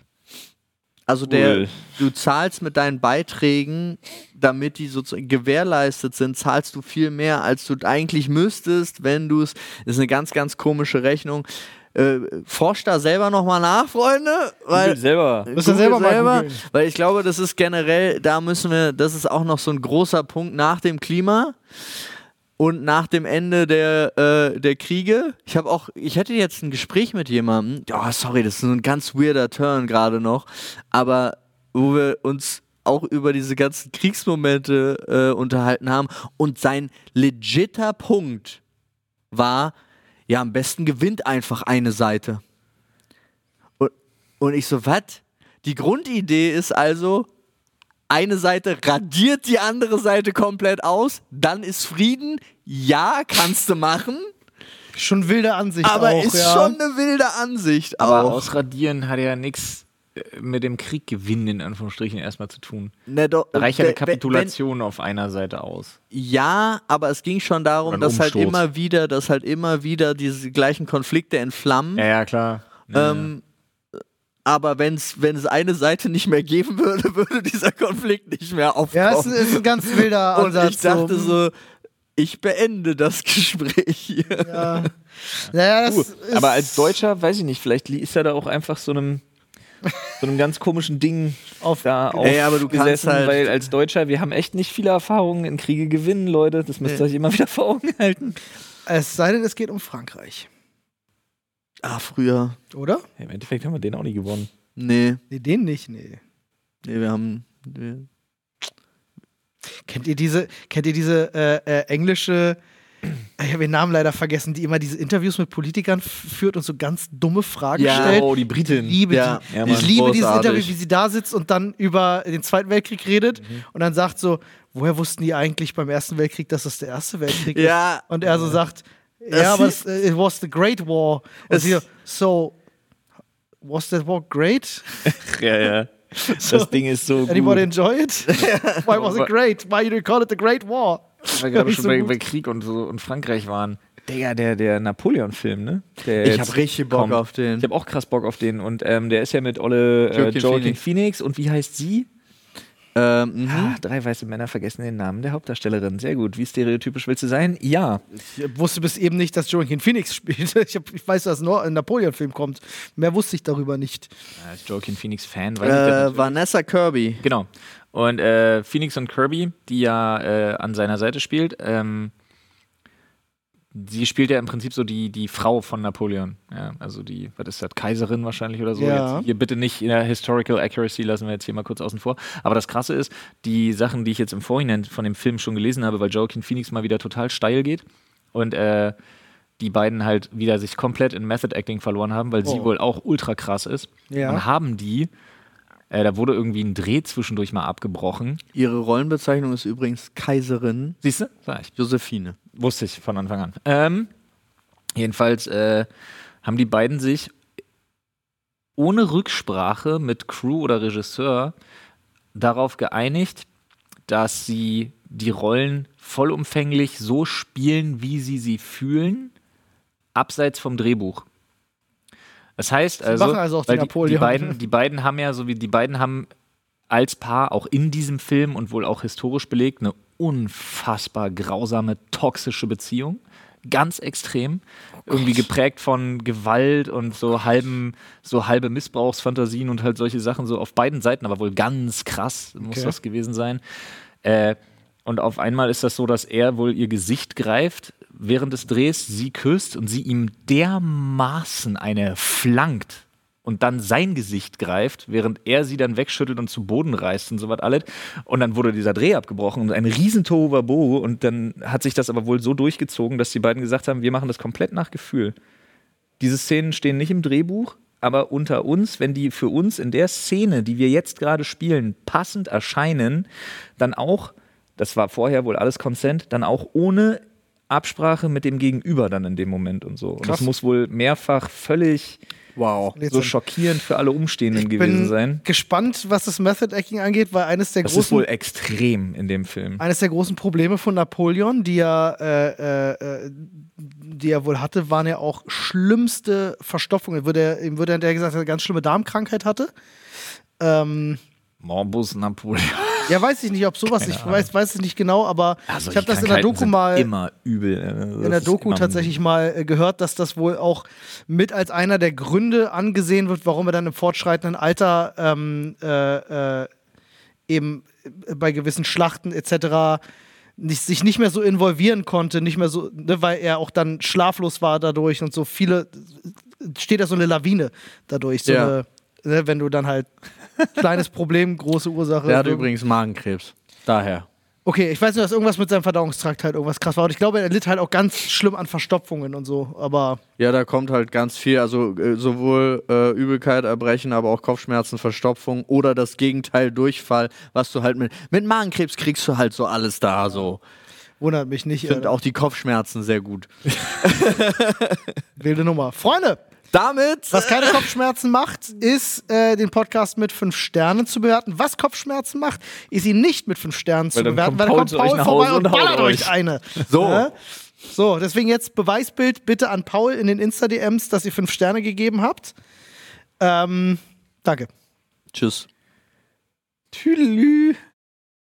Also der, Cool. du zahlst mit deinen Beiträgen, damit die sozusagen gewährleistet sind, zahlst du viel mehr, als du eigentlich müsstest, wenn du es. Ist eine ganz, ganz komische Rechnung. Äh, forscht da selber nochmal nach, Freunde, weil Google selber. Müsst ihr selber mal googeln. weil ich glaube, das ist generell, da müssen wir, das ist auch noch so ein großer Punkt nach dem Klima und nach dem Ende der, äh, der Kriege. Ich habe auch, ich hätte jetzt ein Gespräch mit jemandem, ja, sorry, das ist so ein ganz weirder Turn gerade noch, aber wo wir uns auch über diese ganzen Kriegsmomente äh, unterhalten haben und sein legitter Punkt war, ja, am besten gewinnt einfach eine Seite. Und, und ich so, was? Die Grundidee ist also, eine Seite radiert die andere Seite komplett aus, dann ist Frieden. Ja, kannst du machen, Schon wilde Ansicht aber auch, ist ja. schon eine wilde Ansicht. Aber auch. ausradieren hat ja nichts mit dem Krieg gewinnen, in Anführungsstrichen, erstmal zu tun. Na ne, doch, Reicht ja eine wenn- wenn- Kapitulation auf einer Seite aus. Ja, aber es ging schon darum, Oder ein dass halt Umstoß. immer wieder, dass halt immer wieder diese gleichen Konflikte entflammen. Ja, ja, klar. Ähm, aber wenn's, wenn es eine Seite nicht mehr geben würde, würde dieser Konflikt nicht mehr aufkommen. Ja, es ist, ist ein ganz wilder Und Ansatz. ich dachte so, so, ich beende das Gespräch hier. Ja. Naja, uh. das Cool. ist Aber als Deutscher, weiß ich nicht, vielleicht li- ist er da auch einfach so einem, so einem ganz komischen Ding auf, da auf Ey, aber du kannst halt- weil als Deutscher, wir haben echt nicht viele Erfahrungen in Kriege gewinnen, Leute. Das müsst ihr euch immer wieder vor Augen halten. Es sei denn, es geht um Frankreich, Ah, früher. oder? Im Endeffekt haben wir den auch nie gewonnen. Nee, Nee, den nicht, nee. nee, wir haben. Wir, Kennt ihr diese, kennt ihr diese äh, äh, englische, ich habe den Namen leider vergessen, die immer diese Interviews mit Politikern f- führt und so ganz dumme Fragen Ja, stellt? Oh, die Britin. Ich liebe, Ja. die, Ja, ich Mann. liebe dieses Großartig. Interview, wie sie da sitzt und dann über den Zweiten Weltkrieg redet und dann sagt so, woher wussten die eigentlich beim Ersten Weltkrieg, dass das der Erste Weltkrieg Ja. ist? Und er so sagt, Das- ja, aber es, äh, it was the Great War. Und Es- sie so, so, was that war great? Ja, ja. Das Ding ist so gut. Anybody enjoy it? Why was it great? Why do you call it the Great War? weil wir gerade Nicht schon so bei, gut. bei Krieg und, so, und Frankreich waren. Digga, der, der Napoleon-Film, ne? Der Ich jetzt hab richtig Bock kommt. auf den. Ich habe auch krass Bock auf den. Und ähm, der ist ja mit Olle äh, Joaquin Joaquin Phoenix. Phoenix. Und wie heißt sie? Ähm, mhm. Ah, drei weiße Männer vergessen den Namen der Hauptdarstellerin. Sehr gut. Wie stereotypisch willst du sein? Ja. Ich wusste bis eben nicht, dass Joaquin Phoenix spielt. Ich, hab, ich weiß, dass nur ein Napoleon-Film kommt. Mehr wusste ich darüber nicht. Als Äh, Joaquin Phoenix-Fan, weiß ich das Äh, Vanessa Kirby. Genau. Und äh, Phoenix und Kirby, die ja äh, an seiner Seite spielt, ähm, sie spielt ja im Prinzip so die, die Frau von Napoleon. Ja, also die, was ist das, Kaiserin wahrscheinlich oder so. Ja. Jetzt hier bitte nicht in der Historical Accuracy lassen wir jetzt hier mal kurz außen vor. Aber das Krasse ist, die Sachen, die ich jetzt im Vorhinein von dem Film schon gelesen habe, weil Joaquin Phoenix mal wieder total steil geht und äh, die beiden halt wieder sich komplett in Method Acting verloren haben, weil sie wohl auch ultra krass ist. Ja. Und haben die äh, da wurde irgendwie ein Dreh zwischendurch mal abgebrochen. Ihre Rollenbezeichnung ist übrigens Kaiserin Siehst du? Sag ich. Josephine. Wusste ich von Anfang an. Ähm, jedenfalls äh, haben die beiden sich ohne Rücksprache mit Crew oder Regisseur darauf geeinigt, dass sie die Rollen vollumfänglich so spielen, wie sie sie fühlen, abseits vom Drehbuch. Das heißt also, machen also auch weil den die, die, Napoleon. beiden, die beiden haben ja, so wie die beiden haben als Paar auch in diesem Film und wohl auch historisch belegt eine unfassbar grausame, toxische Beziehung. Ganz extrem. Oh irgendwie geprägt von Gewalt und so halben, so halbe Missbrauchsfantasien und halt solche Sachen, so auf beiden Seiten, aber wohl ganz krass muss Okay. das gewesen sein. Äh, und auf einmal ist das so, dass er wohl ihr Gesicht greift während des Drehs, sie küsst und sie ihm dermaßen eine flankt und dann sein Gesicht greift, während er sie dann wegschüttelt und zu Boden reißt und so was alles. Und dann wurde dieser Dreh abgebrochen und ein riesen Tohuwabohu. Und dann hat sich das aber wohl so durchgezogen, dass die beiden gesagt haben, wir machen das komplett nach Gefühl. Diese Szenen stehen nicht im Drehbuch, aber unter uns, wenn die für uns in der Szene, die wir jetzt gerade spielen, passend erscheinen, dann auch, das war vorher wohl alles Consent, dann auch ohne Absprache mit dem Gegenüber dann in dem Moment und so. Und das muss wohl mehrfach völlig Wow. Jetzt so sind- schockierend für alle Umstehenden gewesen bin sein. Ähm, gespannt, was das Method Acting angeht, weil eines der Das ist großen wohl extrem in dem Film. eines der großen Probleme von Napoleon, die er, äh, äh, äh, die er wohl hatte, waren ja auch schlimmste Verstopfungen. Wurde er, ihm wurde hinterher gesagt, dass er eine ganz schlimme Darmkrankheit hatte. Ähm, Morbus Napoleon. ja, weiß ich nicht, ob sowas, ich weiß, weiß es nicht genau, aber Also, ich habe das in Krankheiten der Doku sind mal Immer übel. äh, in der Doku tatsächlich mal äh, gehört, dass das wohl auch mit als einer der Gründe angesehen wird, warum er dann im fortschreitenden Alter ähm, äh, äh, eben äh, bei gewissen Schlachten etc. Nicht, sich nicht mehr so involvieren konnte, nicht mehr so, ne, weil er auch dann schlaflos war dadurch und so viele steht da so eine Lawine dadurch, so Ja. eine, ne, wenn du dann halt kleines Problem, große Ursache. Der hat Irgend- übrigens Magenkrebs. Daher. Okay, ich weiß nur, dass irgendwas mit seinem Verdauungstrakt halt irgendwas krass war. Und ich glaube, er litt halt auch ganz schlimm an Verstopfungen und so. Aber Ja, da kommt halt ganz viel, also äh, sowohl äh, Übelkeit, Erbrechen, aber auch Kopfschmerzen, Verstopfung oder das Gegenteil, Durchfall, was du halt mit, mit Magenkrebs kriegst du halt so alles da so. wundert mich nicht. Ich finde Äh, auch die Kopfschmerzen sehr gut. Äh, wilde Nummer. Freunde, Damit was äh, keine Kopfschmerzen macht, ist äh, den Podcast mit fünf Sternen zu bewerten. Was Kopfschmerzen macht, ist ihn nicht mit fünf Sternen zu dann bewerten, kommt weil da Paul kommt zu euch Paul nach vorbei Hause und und haut ballert euch euch. eine. So. Ne? So, deswegen jetzt Beweisbild bitte an Paul in den Insta-DMs, dass ihr fünf Sterne gegeben habt. Ähm, danke. Tschüss. Tüdelü.